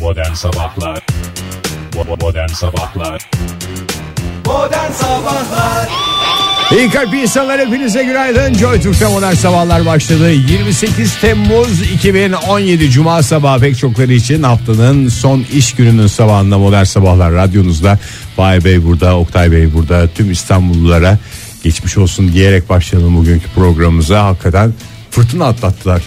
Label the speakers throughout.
Speaker 1: Modern Sabahlar Bo- Modern Sabahlar
Speaker 2: İyi kalp insanlar hepinize günaydın Joy Türk'te modern sabahlar başladı 28 Temmuz 2017 Cuma sabahı pek çokları için haftanın son iş gününün sabahında modern sabahlar radyonuzda Bay Bey burada Oktay Bey burada tüm İstanbullulara geçmiş olsun diyerek başlayalım bugünkü programımıza hakikaten fırtına atlattılar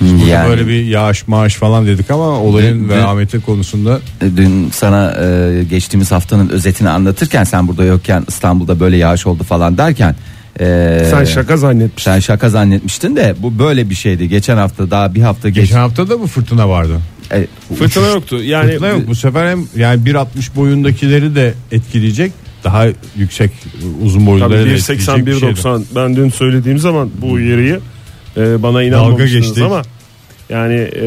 Speaker 2: Biz burada
Speaker 3: Yani.
Speaker 2: Böyle bir yağış maaş falan dedik ama olayın
Speaker 3: Dün-
Speaker 2: ve
Speaker 3: dün-
Speaker 2: ahmeti konusunda
Speaker 3: Dün sana e, geçtiğimiz haftanın özetini anlatırken sen burada yokken İstanbul'da böyle yağış oldu falan derken e,
Speaker 4: Sen şaka zannetmişsin.
Speaker 3: sen şaka zannetmiştin de bu böyle bir şeydi. Geçen hafta daha bir hafta geç.
Speaker 2: geçen hafta da mı fırtına vardı?
Speaker 3: E,
Speaker 4: Fırtına yoktu. Yani
Speaker 2: Fırtına yok bu sefer hem yani 1.60 boyundakileri de etkileyecek daha yüksek uzun boyluları
Speaker 4: tabii
Speaker 2: da etkileyecek bir şey şeydi.
Speaker 4: 1.81-90 ben dün söylediğim zaman bu uyarıyı e, bana inanmamıştınız
Speaker 2: geçtik.
Speaker 4: ama yani e,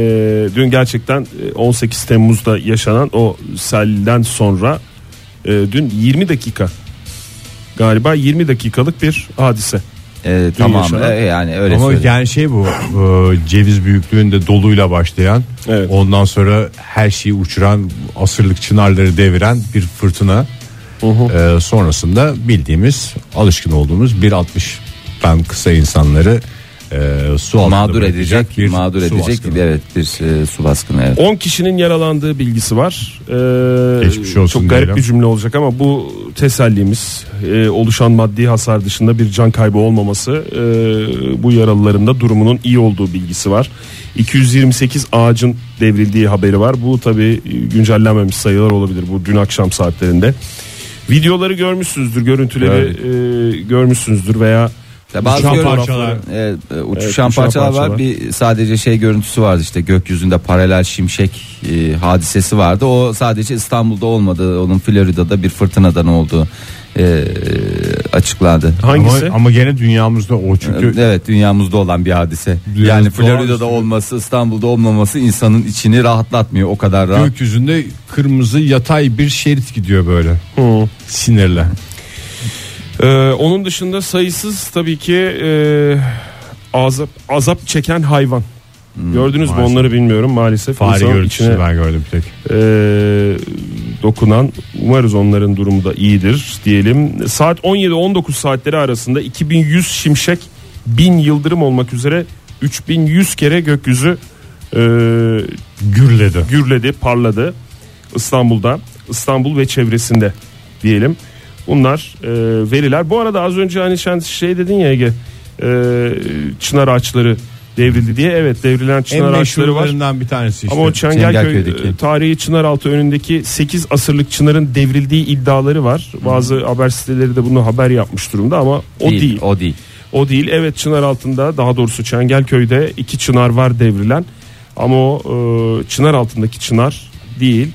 Speaker 4: dün gerçekten e, 18 Temmuz'da yaşanan o selden sonra e, dün 20 dakika galiba 20 dakikalık bir hadise.
Speaker 3: e, tamam
Speaker 4: yaşanan.
Speaker 3: e, yani öyle
Speaker 2: Ama
Speaker 3: söyleyeyim.
Speaker 2: yani şey bu e, ceviz büyüklüğünde doluyla başlayan
Speaker 4: Evet.
Speaker 2: ondan sonra her şeyi uçuran asırlık çınarları deviren bir fırtına E, sonrasında bildiğimiz alışkın olduğumuz 1.60 ben kısa insanları e, su altında
Speaker 3: mağdur
Speaker 2: bırakacak
Speaker 3: edecek,
Speaker 2: bir
Speaker 3: mağdur
Speaker 2: su
Speaker 3: edecek
Speaker 2: baskını.
Speaker 3: bir evet bir e, su baskını evet.
Speaker 4: 10 kişinin yaralandığı bilgisi var. Ee,
Speaker 2: Geçmiş olsun
Speaker 4: Çok garip
Speaker 2: diyelim.
Speaker 4: bir cümle olacak ama bu tesellimiz Ee, oluşan maddi hasar dışında bir can kaybı olmaması ee, bu yaralıların da durumunun iyi olduğu bilgisi var. 228 ağacın devrildiği haberi var. Bu tabi güncellenmemiş sayılar olabilir bu dün akşam saatlerinde. Videoları görmüşsünüzdür, görüntüleri ee, görmüşsünüzdür veya
Speaker 3: Ya bazı
Speaker 4: uçan
Speaker 3: görüntüler-
Speaker 4: parçalar.
Speaker 3: Evet, e, uçuşan,
Speaker 4: uçuşan
Speaker 3: parçalar,
Speaker 4: parçalar.
Speaker 3: var. Bir sadece şey görüntüsü vardı işte gökyüzünde paralel şimşek e, hadisesi vardı. O sadece İstanbul'da olmadı. Onun Florida'da bir fırtınadan olduğu e, açıklandı.
Speaker 4: Hangisi?
Speaker 2: Ama, ama gene dünyamızda o çünkü
Speaker 3: Evet dünyamızda olan bir hadise.
Speaker 2: Dünyamızda
Speaker 3: yani
Speaker 2: olağanüstü.
Speaker 3: Florida'da olması İstanbul'da olmaması insanın içini rahatlatmıyor o kadar rahat.
Speaker 2: gökyüzünde kırmızı yatay bir şerit gidiyor böyle.
Speaker 4: Hı.
Speaker 2: Sinirle.
Speaker 4: Ee, onun dışında sayısız tabii ki e, azap, azap çeken hayvan. Gördünüz mü
Speaker 2: Hmm, maalesef.
Speaker 4: onları bilmiyorum maalesef.
Speaker 2: Fare
Speaker 4: İnsanın
Speaker 2: görüntüsünü
Speaker 4: içine,
Speaker 2: ben gördüm bir tek.
Speaker 4: e, dokunan umarız onların durumu da iyidir diyelim. Saat 17-19 saatleri arasında 2100 şimşek 1000 yıldırım olmak üzere 3100 kere gökyüzü e,
Speaker 2: Gürledi.
Speaker 4: gürledi, parladı İstanbul'da, İstanbul ve çevresinde diyelim. Bunlar e, veriler. Bu arada az önce hani sen şey dedin ya Ege, e, çınar ağaçları devrildi diye. Evet, devrilen çınar
Speaker 2: en
Speaker 4: ağaçları var.
Speaker 2: meşhurlarından bir tanesi işte.
Speaker 4: Ama o Çengelköy
Speaker 3: Çengelköy'deki.
Speaker 4: e, tarihi Çınaraltı önündeki 8 asırlık çınarın devrildiği iddiaları var. Bazı haber siteleri de bunu haber yapmış durumda ama o değil. O,
Speaker 3: O değil.
Speaker 4: değil. Evet çınar altında daha doğrusu Çengelköy'de iki çınar var devrilen. Ama o e, çınar altındaki çınar değil.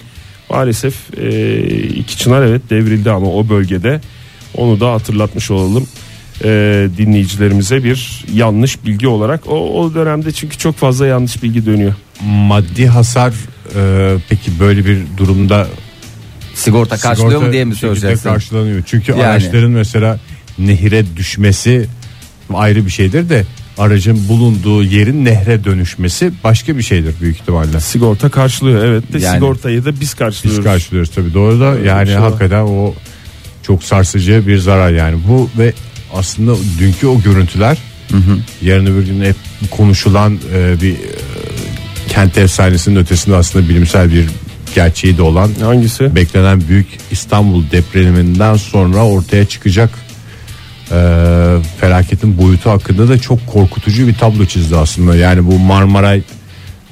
Speaker 4: Maalesef e, iki çınar evet devrildi ama o bölgede onu da hatırlatmış olalım e, dinleyicilerimize bir yanlış bilgi olarak. O, o dönemde çünkü çok fazla yanlış bilgi dönüyor.
Speaker 2: Maddi hasar e, peki böyle bir durumda
Speaker 3: Sigorta karşılıyor
Speaker 2: sigorta
Speaker 3: mu diye mi
Speaker 2: şekilde
Speaker 3: soracaksın?
Speaker 2: karşılanıyor. Çünkü
Speaker 3: Yani.
Speaker 2: araçların mesela nehire düşmesi ayrı bir şeydir de aracın bulunduğu yerin nehre dönüşmesi başka bir şeydir büyük ihtimalle.
Speaker 4: Sigorta karşılıyor evet de
Speaker 3: Yani.
Speaker 4: sigortayı da biz karşılıyoruz.
Speaker 2: Biz karşılıyoruz tabii doğru da
Speaker 4: Öyle
Speaker 2: yani
Speaker 4: bir şey var.
Speaker 2: hakikaten o çok sarsıcı bir zarar yani bu ve aslında dünkü o görüntüler yarın öbür gün hep konuşulan e, bir e, kent efsanesinin ötesinde aslında bilimsel bir gerçeği de olan
Speaker 4: Hangisi?
Speaker 2: beklenen büyük İstanbul depreminden sonra ortaya çıkacak e, felaketin boyutu hakkında da çok korkutucu bir tablo çizdi aslında. Yani bu Marmaray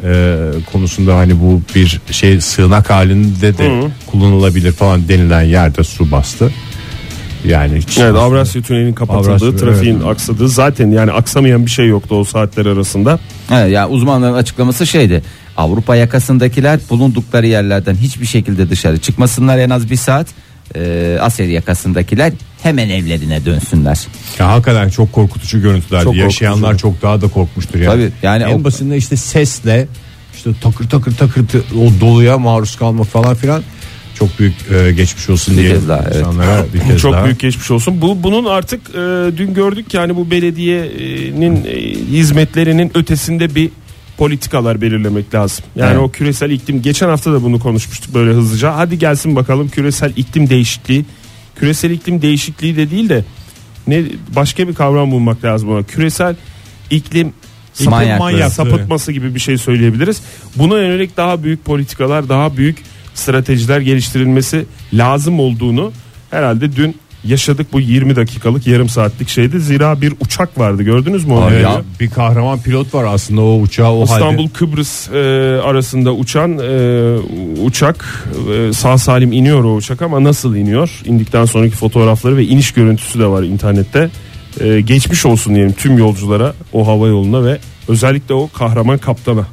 Speaker 2: e, konusunda hani bu bir şey sığınak halinde de kullanılabilir falan denilen yerde su bastı. Yani hiç-
Speaker 4: Evet Avrasya Tüneli'nin kapatıldığı,
Speaker 2: Avrasya,
Speaker 4: trafiğin
Speaker 2: evet.
Speaker 4: aksadığı zaten yani aksamayan bir şey yoktu o saatler arasında.
Speaker 3: He, ya uzmanların açıklaması şeydi. Avrupa yakasındakiler bulundukları yerlerden hiçbir şekilde dışarı çıkmasınlar en az bir saat. Ee, Asya yakasındakiler hemen evlerine dönsünler.
Speaker 2: Ya hakikaten çok korkutucu görüntüler.
Speaker 4: Çok
Speaker 2: Yaşayanlar çok daha da korkmuştur yani.
Speaker 3: Tabii, yani
Speaker 2: en
Speaker 3: o-
Speaker 2: basında işte sesle işte takır takır takır tı- o doluya maruz kalma falan filan çok büyük e, geçmiş olsun
Speaker 3: Bir
Speaker 2: diye
Speaker 3: kez daha, evet.
Speaker 2: insanlara bir kez
Speaker 4: Çok
Speaker 2: daha.
Speaker 4: büyük geçmiş olsun. Bu bunun artık hani e, dün gördük yani bu belediyenin e, hizmetlerinin ötesinde bir politikalar belirlemek lazım. Yani
Speaker 3: Evet.
Speaker 4: o küresel iklim geçen hafta da bunu konuşmuştuk böyle hızlıca. Hadi gelsin bakalım küresel iklim değişikliği. Küresel iklim değişikliği de değil de ne başka bir kavram bulmak lazım ona. Küresel iklim iklim
Speaker 3: Manyaklığı.
Speaker 4: manyağı, sapıtması gibi bir şey söyleyebiliriz. Buna yönelik daha büyük politikalar, daha büyük stratejiler geliştirilmesi lazım olduğunu herhalde dün yaşadık bu 20 dakikalık yarım saatlik şeydi. Zira bir uçak vardı gördünüz mü onu?
Speaker 2: Evet,
Speaker 4: Ya?
Speaker 2: bir kahraman pilot var aslında o uçağı o
Speaker 4: İstanbul
Speaker 2: halde.
Speaker 4: Kıbrıs e, arasında uçan e, uçak e, sağ salim iniyor o uçak ama nasıl iniyor? İndikten sonraki fotoğrafları ve iniş görüntüsü de var internette. E, geçmiş olsun diyelim tüm yolculara o hava yoluna ve özellikle o kahraman kaptana.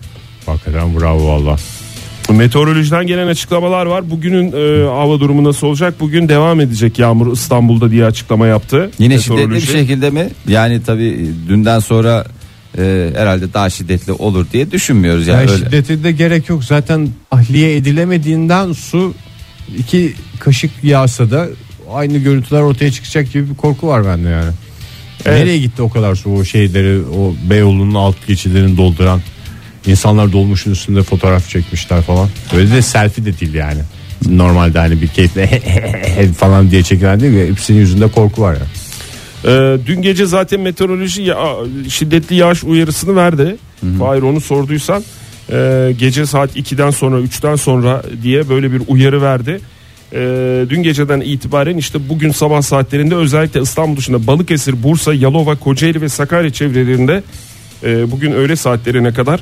Speaker 2: Hakikaten bravo valla.
Speaker 4: Meteorolojiden gelen açıklamalar var. Bugünün e, hava durumu nasıl olacak? Bugün devam edecek yağmur İstanbul'da diye açıklama yaptı.
Speaker 3: Yine şiddetli
Speaker 4: Meteoroloji.
Speaker 3: bir şey şekilde mi? Yani tabi dünden sonra e, herhalde daha şiddetli olur diye düşünmüyoruz yani.
Speaker 2: Yani
Speaker 3: öyle.
Speaker 2: şiddete de gerek yok. Zaten ahliye edilemediğinden su iki kaşık yağsa da aynı görüntüler ortaya çıkacak gibi bir korku var bende yani.
Speaker 4: Evet.
Speaker 2: Nereye gitti o kadar su o şeyleri o Beyoğlu'nun alt geçilerini dolduran insanlar dolmuşun üstünde fotoğraf çekmişler falan. Öyle de selfie de değil yani. Normalde hani bir keyifle falan diye çekilen değil mi? Hepsinin yüzünde korku var ya.
Speaker 4: Ee, dün gece zaten meteoroloji ya- şiddetli yağış uyarısını verdi. Hayır onu sorduysan e, gece saat 2'den sonra 3'ten sonra diye böyle bir uyarı verdi. Ee, dün geceden itibaren işte bugün sabah saatlerinde özellikle İstanbul dışında Balıkesir, Bursa, Yalova, Kocaeli ve Sakarya çevrelerinde e, bugün öğle saatlerine kadar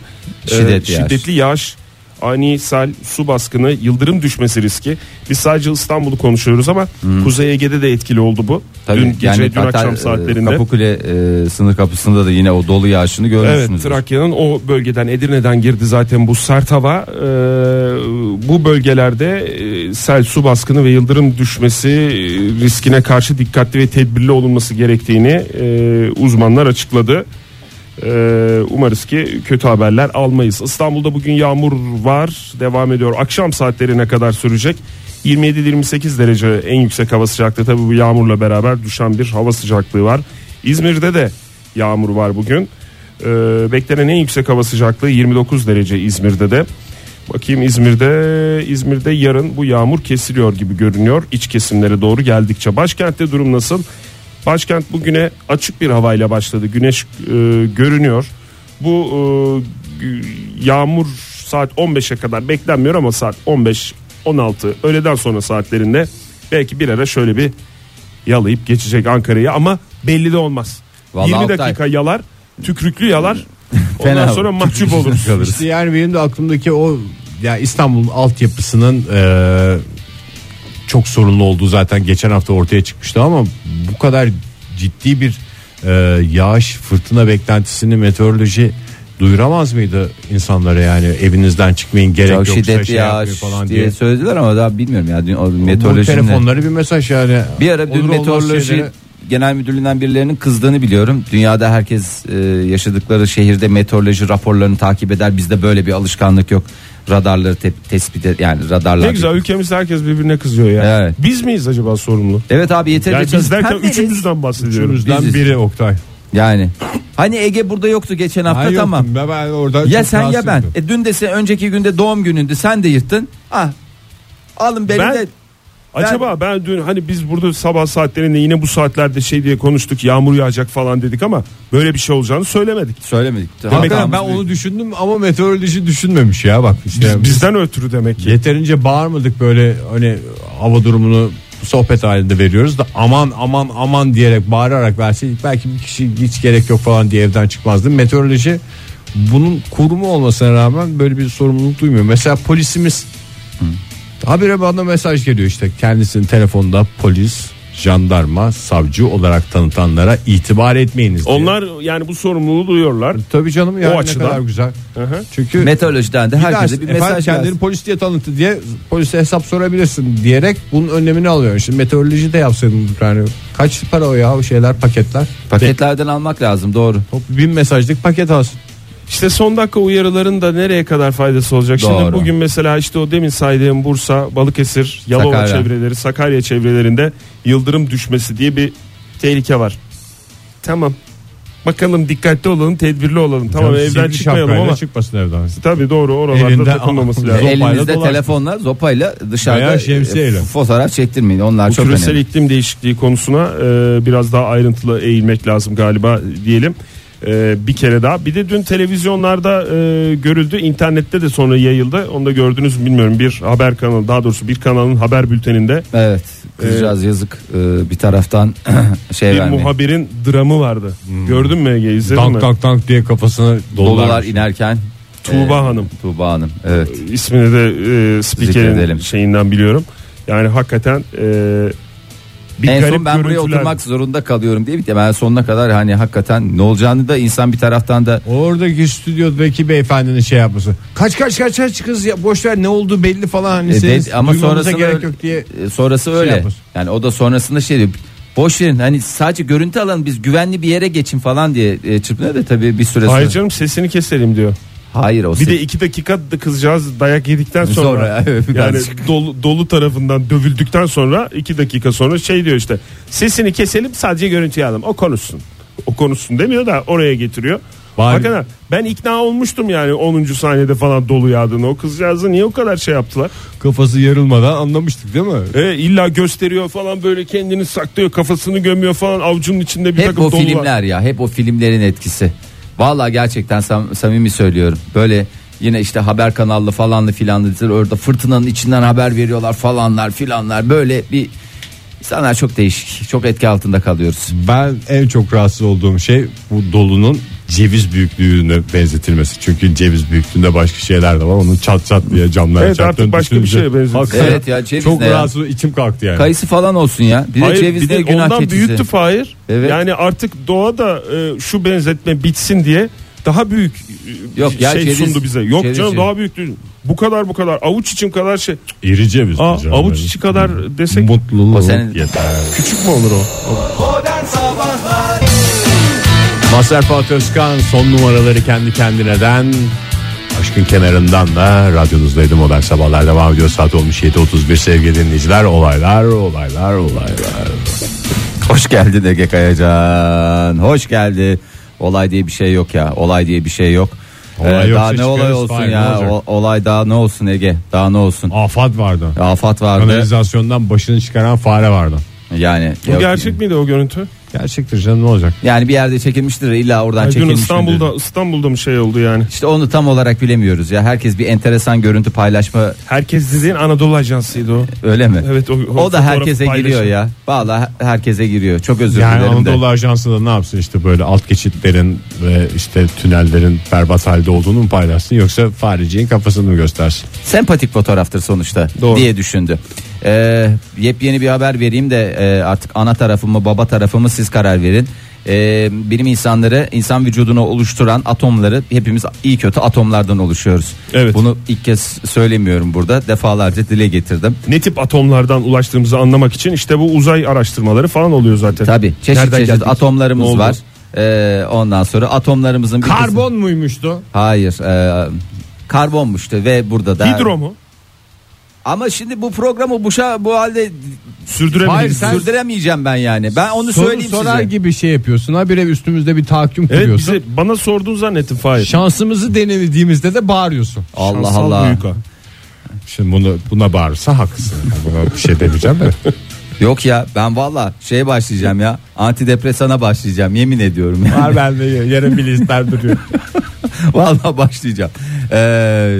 Speaker 4: e,
Speaker 3: Şiddetli yağış.
Speaker 4: şiddetli yağış, ani sel, su baskını, yıldırım düşmesi riski. Biz sadece İstanbul'u konuşuyoruz ama Kuzey Ege'de de etkili oldu bu.
Speaker 3: Tabii
Speaker 4: dün gece,
Speaker 3: yani
Speaker 4: dün
Speaker 3: hatta,
Speaker 4: akşam
Speaker 3: e,
Speaker 4: saatlerinde.
Speaker 3: Kapıkule e, sınır kapısında da yine o dolu yağışını
Speaker 4: Evet
Speaker 3: görmüşsünüz.
Speaker 4: Trakya'nın o bölgeden Edirne'den girdi zaten bu sert hava. Ee, bu bölgelerde e, sel su baskını ve yıldırım düşmesi e, riskine karşı dikkatli ve tedbirli olunması gerektiğini e, uzmanlar açıkladı. Ee, umarız ki kötü haberler almayız. İstanbul'da bugün yağmur var, devam ediyor. Akşam saatlerine kadar sürecek. 27-28 derece en yüksek hava sıcaklığı. Tabii bu yağmurla beraber düşen bir hava sıcaklığı var. İzmir'de de yağmur var bugün. Ee, beklenen en yüksek hava sıcaklığı 29 derece İzmir'de de. Bakayım İzmir'de İzmir'de yarın bu yağmur kesiliyor gibi görünüyor. İç kesimlere doğru geldikçe başkentte durum nasıl? Başkent bugüne açık bir havayla başladı. Güneş e, görünüyor. Bu e, gü- yağmur saat 15'e kadar beklenmiyor ama saat 15 16 öğleden sonra saatlerinde belki bir ara şöyle bir yalayıp geçecek Ankara'yı ama belli de olmaz.
Speaker 3: Vallahi
Speaker 4: 20
Speaker 3: Oktay-
Speaker 4: dakika yalar, tükrüklü yalar.
Speaker 3: Fena
Speaker 4: Ondan
Speaker 3: olur.
Speaker 4: sonra mahcup oluruz.
Speaker 2: İşte yani benim de aklımdaki o ya İstanbul'un altyapısının e, çok sorunlu olduğu zaten geçen hafta ortaya çıkmıştı ama bu kadar ciddi bir e, yağış fırtına beklentisini meteoroloji duyuramaz mıydı insanlara yani evinizden çıkmayın gerek
Speaker 3: Çok
Speaker 2: yoksa
Speaker 3: şiddetli
Speaker 2: şey yapmayın
Speaker 3: yağış
Speaker 2: falan
Speaker 3: diye
Speaker 2: diye.
Speaker 3: söylediler ama daha bilmiyorum ya. Dün o
Speaker 2: Bu
Speaker 3: meteorolojinin-
Speaker 2: telefonları bir mesaj yani.
Speaker 3: Bir ara
Speaker 2: Olur
Speaker 3: dün
Speaker 2: olmaz
Speaker 3: meteoroloji
Speaker 2: şeylere-
Speaker 3: genel müdürlüğünden birilerinin kızdığını biliyorum. Dünyada herkes e, yaşadıkları şehirde meteoroloji raporlarını takip eder. Bizde böyle bir alışkanlık yok. Radarları te- tespit ed- yani radarlar.
Speaker 4: Ne güzel ülkemizde herkes birbirine kızıyor ya.
Speaker 3: Evet.
Speaker 4: Biz miyiz acaba sorumlu?
Speaker 3: Evet abi yeter.
Speaker 4: Yani
Speaker 3: yeter.
Speaker 4: biz derken
Speaker 3: Pembeliz.
Speaker 4: üçümüzden bahsediyorum.
Speaker 2: Üçümüzden
Speaker 3: Biziz.
Speaker 2: biri Oktay.
Speaker 3: Yani. Hani Ege burada yoktu geçen hafta
Speaker 2: Hayır,
Speaker 3: tamam.
Speaker 2: Ben, ben orada
Speaker 3: Ya
Speaker 2: çok
Speaker 3: sen ya ben.
Speaker 2: rahatsızdım.
Speaker 3: E dün de sen önceki günde doğum günündü. Sen de yırttın. Ah. Alın beni
Speaker 4: Ben-
Speaker 3: de.
Speaker 4: Acaba ben dün hani biz burada sabah saatlerinde yine bu saatlerde şey diye konuştuk yağmur yağacak falan dedik ama böyle bir şey olacağını söylemedik.
Speaker 3: Söylemedik.
Speaker 2: Hakikaten ben onu düşündüm ama meteoroloji düşünmemiş ya bak. Işte
Speaker 4: Biz- bizden ötürü demek ki.
Speaker 2: Yeterince bağırmadık böyle hani hava durumunu sohbet halinde veriyoruz da aman aman aman diyerek bağırarak verseydik belki bir kişi hiç gerek yok falan diye evden çıkmazdı. Meteoroloji bunun kurumu olmasına rağmen böyle bir sorumluluk duymuyor. Mesela polisimiz habire bana mesaj geliyor işte kendisini telefonda polis jandarma savcı olarak tanıtanlara itibar etmeyiniz diye.
Speaker 4: Onlar yani bu sorumluluğu duyuyorlar.
Speaker 2: tabii canım yani ne
Speaker 4: açıdan.
Speaker 2: kadar güzel.
Speaker 4: hı.
Speaker 2: Çünkü
Speaker 3: Meteorolojiden de herkese
Speaker 2: Gidersin,
Speaker 3: bir
Speaker 2: efendim
Speaker 3: mesaj
Speaker 2: kendini
Speaker 3: gelsin.
Speaker 2: polis diye tanıttı diye polise hesap sorabilirsin diyerek bunun önlemini alıyor. Şimdi meteoroloji de yapsaydın yani kaç para o ya o şeyler paketler.
Speaker 3: Paketlerden almak lazım doğru.
Speaker 2: Hop, bin mesajlık paket alsın.
Speaker 4: İşte son dakika uyarıların da nereye kadar faydası olacak?
Speaker 3: Doğru.
Speaker 4: Şimdi bugün mesela işte o demin saydığım Bursa, Balıkesir, Yalova
Speaker 3: Sakarya.
Speaker 4: çevreleri, Sakarya çevrelerinde yıldırım düşmesi diye bir tehlike var. Tamam. Bakalım dikkatli olalım, tedbirli olalım. Tamam
Speaker 2: Yani
Speaker 4: evden
Speaker 2: sivri
Speaker 4: çıkmayalım
Speaker 2: şapkayla
Speaker 4: ama
Speaker 2: çıkmasın evden.
Speaker 4: tabii doğru oralarda
Speaker 2: Elinde-
Speaker 4: takılmaması
Speaker 2: Ama-
Speaker 4: lazım.
Speaker 2: Zopayla
Speaker 3: Elinizde
Speaker 2: dolaşın.
Speaker 3: telefonla zopayla dışarıda
Speaker 2: Veya şemsiyeyle.
Speaker 3: e, fotoğraf çektirmeyin. Onlar
Speaker 4: Bu
Speaker 3: çok
Speaker 4: küresel
Speaker 3: önemli.
Speaker 4: iklim değişikliği konusuna e, biraz daha ayrıntılı eğilmek lazım galiba diyelim. E, bir kere daha. Bir de dün televizyonlarda e, görüldü. internette de sonra yayıldı. Onu da gördünüz mü bilmiyorum. Bir haber kanalı daha doğrusu bir kanalın haber bülteninde
Speaker 3: Evet. Kızacağız yazık e, bir taraftan şey
Speaker 4: Ee, bir
Speaker 3: vermeyin.
Speaker 4: muhabirin dramı vardı.
Speaker 3: Hmm.
Speaker 4: Gördün mü Ege? İzledin mi?
Speaker 2: Tank tank tank diye kafasına
Speaker 3: Dolular
Speaker 2: dolular.
Speaker 3: inerken
Speaker 4: Tuğba
Speaker 3: e,
Speaker 4: Hanım.
Speaker 3: Tuğba Hanım. Evet.
Speaker 4: ismini de e, spikerin
Speaker 3: Zikredelim.
Speaker 4: şeyinden biliyorum. Yani hakikaten e, bir
Speaker 3: en
Speaker 4: garip
Speaker 3: son ben buraya
Speaker 4: görüntüler.
Speaker 3: oturmak zorunda kalıyorum diye bitti. Ben sonuna kadar hani hakikaten ne olacağını da insan bir taraftan da
Speaker 2: Oradaki stüdyodaki beyefendinin şey yapması. Kaç kaç kaç kaç kız ya boş ver ne oldu belli falan hani
Speaker 3: E,
Speaker 2: siz
Speaker 3: dedi- ama
Speaker 2: duymanıza
Speaker 3: sonrasında-
Speaker 2: gerek yok diye.
Speaker 3: e, sonrası
Speaker 4: Şey
Speaker 3: öyle.
Speaker 2: yapar.
Speaker 3: yani o da sonrasında şey diyor. Boş verin hani sadece görüntü alın biz güvenli bir yere geçin falan diye e, çırpınıyor da tabii bir süre sonra.
Speaker 4: Hayır canım sesini keselim diyor.
Speaker 3: Hayır o
Speaker 4: Bir
Speaker 3: ses-
Speaker 4: de iki dakika da kızcağız dayak yedikten sonra,
Speaker 3: Sonra, evet,
Speaker 4: yani
Speaker 3: birazcık.
Speaker 4: dolu, dolu tarafından dövüldükten sonra iki dakika sonra şey diyor işte sesini keselim sadece görüntüyü alalım o konuşsun. O konuşsun demiyor da oraya getiriyor.
Speaker 2: Bari-
Speaker 4: Hakikaten ben ikna olmuştum yani 10. saniyede falan dolu yağdığını o kızcağızı niye o kadar şey yaptılar?
Speaker 2: Kafası yarılmadan anlamıştık değil mi?
Speaker 4: E, illa gösteriyor falan böyle kendini saklıyor kafasını gömüyor falan avucunun içinde bir
Speaker 3: Hep
Speaker 4: takım
Speaker 3: o
Speaker 4: dolu var.
Speaker 3: filmler ya hep o filmlerin etkisi. Vallahi gerçekten sam- samimi söylüyorum. Böyle yine işte haber kanallı falanlı filanlıdır orada fırtınanın içinden haber veriyorlar falanlar filanlar böyle bir insanlar çok değişik çok etki altında kalıyoruz.
Speaker 2: Ben en çok rahatsız olduğum şey bu dolunun ceviz büyüklüğüne benzetilmesi. Çünkü ceviz büyüklüğünde başka şeyler de var. Onun çat çat diye camlara
Speaker 4: Evet,
Speaker 2: çarptığını
Speaker 4: artık başka bir
Speaker 2: düşününce
Speaker 4: şeye benzetildi.
Speaker 2: hakikaten
Speaker 3: Evet ya, ceviz
Speaker 2: Çok
Speaker 3: ne ya?
Speaker 2: rahatsız içim kalktı yani.
Speaker 3: Kayısı falan olsun ya. Bir de
Speaker 4: Hayır,
Speaker 3: ceviz
Speaker 4: bir de
Speaker 3: ne günah
Speaker 4: ondan
Speaker 3: keçisi.
Speaker 4: büyüttü Fahir.
Speaker 3: Evet.
Speaker 4: Yani artık doğa da e, şu benzetme bitsin diye daha büyük e,
Speaker 3: Yok ya,
Speaker 4: şey
Speaker 3: ceviz-
Speaker 4: sundu bize. Yok
Speaker 3: ceviz
Speaker 4: canım
Speaker 3: yok.
Speaker 4: daha büyük değil. Bu kadar bu kadar avuç için kadar şey.
Speaker 2: İri ceviz.
Speaker 4: Aa,
Speaker 2: diyeceğim
Speaker 4: avuç
Speaker 2: ben.
Speaker 4: içi kadar desek
Speaker 2: Mutluluk
Speaker 3: O senin-
Speaker 2: yeter.
Speaker 4: küçük mü olur o?
Speaker 2: Maser Fuat Özkan son numaraları kendi kendineden Aşkın kenarından da radyonuzdaydı modern sabahlar devam ediyor saat olmuş 7.31 sevgili dinleyiciler olaylar olaylar olaylar
Speaker 3: Hoş geldin Ege Kayacan. Hoş geldi. Olay diye bir şey yok ya. Olay diye bir şey yok.
Speaker 2: Olay yoksa
Speaker 3: daha ne olay
Speaker 2: çıkarız,
Speaker 3: olsun
Speaker 2: Fahir, ne
Speaker 3: ya.
Speaker 2: olacak?
Speaker 3: O- olay daha ne olsun Ege? Daha ne olsun?
Speaker 2: afat vardı
Speaker 3: Afat vardı.
Speaker 2: kanalizasyondan başını çıkaran fare vardı
Speaker 3: Yani
Speaker 4: Bu
Speaker 3: yok.
Speaker 4: gerçek miydi o görüntü?
Speaker 2: gerçektir canım ne olacak
Speaker 3: Yani bir yerde çekilmiştir illa oradan
Speaker 4: Ay, Dün
Speaker 3: çekilmiştir.
Speaker 4: İstanbul'da İstanbul'da mı şey oldu yani?
Speaker 3: İşte onu tam olarak bilemiyoruz ya. Herkes bir enteresan görüntü paylaşma
Speaker 4: Herkes dediğin Anadolu Ajansı'ydı o.
Speaker 3: öyle mi?
Speaker 4: Evet, o- o
Speaker 3: o, da
Speaker 4: fotoğrafı
Speaker 3: herkese
Speaker 4: paylaşın.
Speaker 3: giriyor ya. Valla herkese giriyor. Çok özür
Speaker 2: yani
Speaker 3: dilerim de.
Speaker 2: Anadolu Ajansı da ne yapsın işte böyle alt geçitlerin ve işte tünellerin berbat halde olduğunu mu paylaşsın yoksa fareciğin kafasını mı göstersin
Speaker 3: sempatik fotoğraftır sonuçta
Speaker 4: Doğru.
Speaker 3: diye düşündü. Ee, yepyeni bir haber vereyim de e, artık ana tarafımı baba tarafımı siz karar verin. Ee, bilim insanları insan vücudunu oluşturan atomları hepimiz iyi kötü atomlardan oluşuyoruz.
Speaker 4: Evet.
Speaker 3: Bunu ilk kez söylemiyorum burada defalarca dile getirdim.
Speaker 4: Ne tip atomlardan ulaştığımızı anlamak için işte bu uzay araştırmaları falan oluyor zaten.
Speaker 3: Tabi çeşit
Speaker 4: Nereden
Speaker 3: çeşit
Speaker 4: geldik? Ne
Speaker 3: atomlarımız
Speaker 4: oldu?
Speaker 3: var. Ee, ondan sonra atomlarımızın bir kısmı-
Speaker 2: muymuştu
Speaker 3: Hayır. e, karbonmuştu ve burada da
Speaker 4: Hidro mu?
Speaker 3: Ama şimdi bu programı bu şa- bu halde
Speaker 4: Sürdüremeyiz.
Speaker 2: Hayır, sen-
Speaker 3: sürdüremeyeceğim ben yani. Ben onu
Speaker 2: Soru
Speaker 3: söyleyeyim
Speaker 2: sorar
Speaker 3: size.
Speaker 2: gibi şey yapıyorsun. Habire üstümüzde bir tahakküm
Speaker 4: Evet
Speaker 2: kuruyorsun.
Speaker 4: bize bana sordun zannettim Fahir.
Speaker 2: Şansımızı denediğimizde de bağırıyorsun.
Speaker 3: Allah
Speaker 4: Şansal
Speaker 3: Allah.
Speaker 4: büyük ha.
Speaker 2: Şimdi bunu buna bağırsa haklısın. Buna bir şey demeyeceğim de.
Speaker 3: Yok ya ben valla şeye başlayacağım ya. Antidepresana başlayacağım yemin ediyorum. Yani.
Speaker 2: Var bende yarın bir listler duruyor.
Speaker 3: valla başlayacağım. Ee,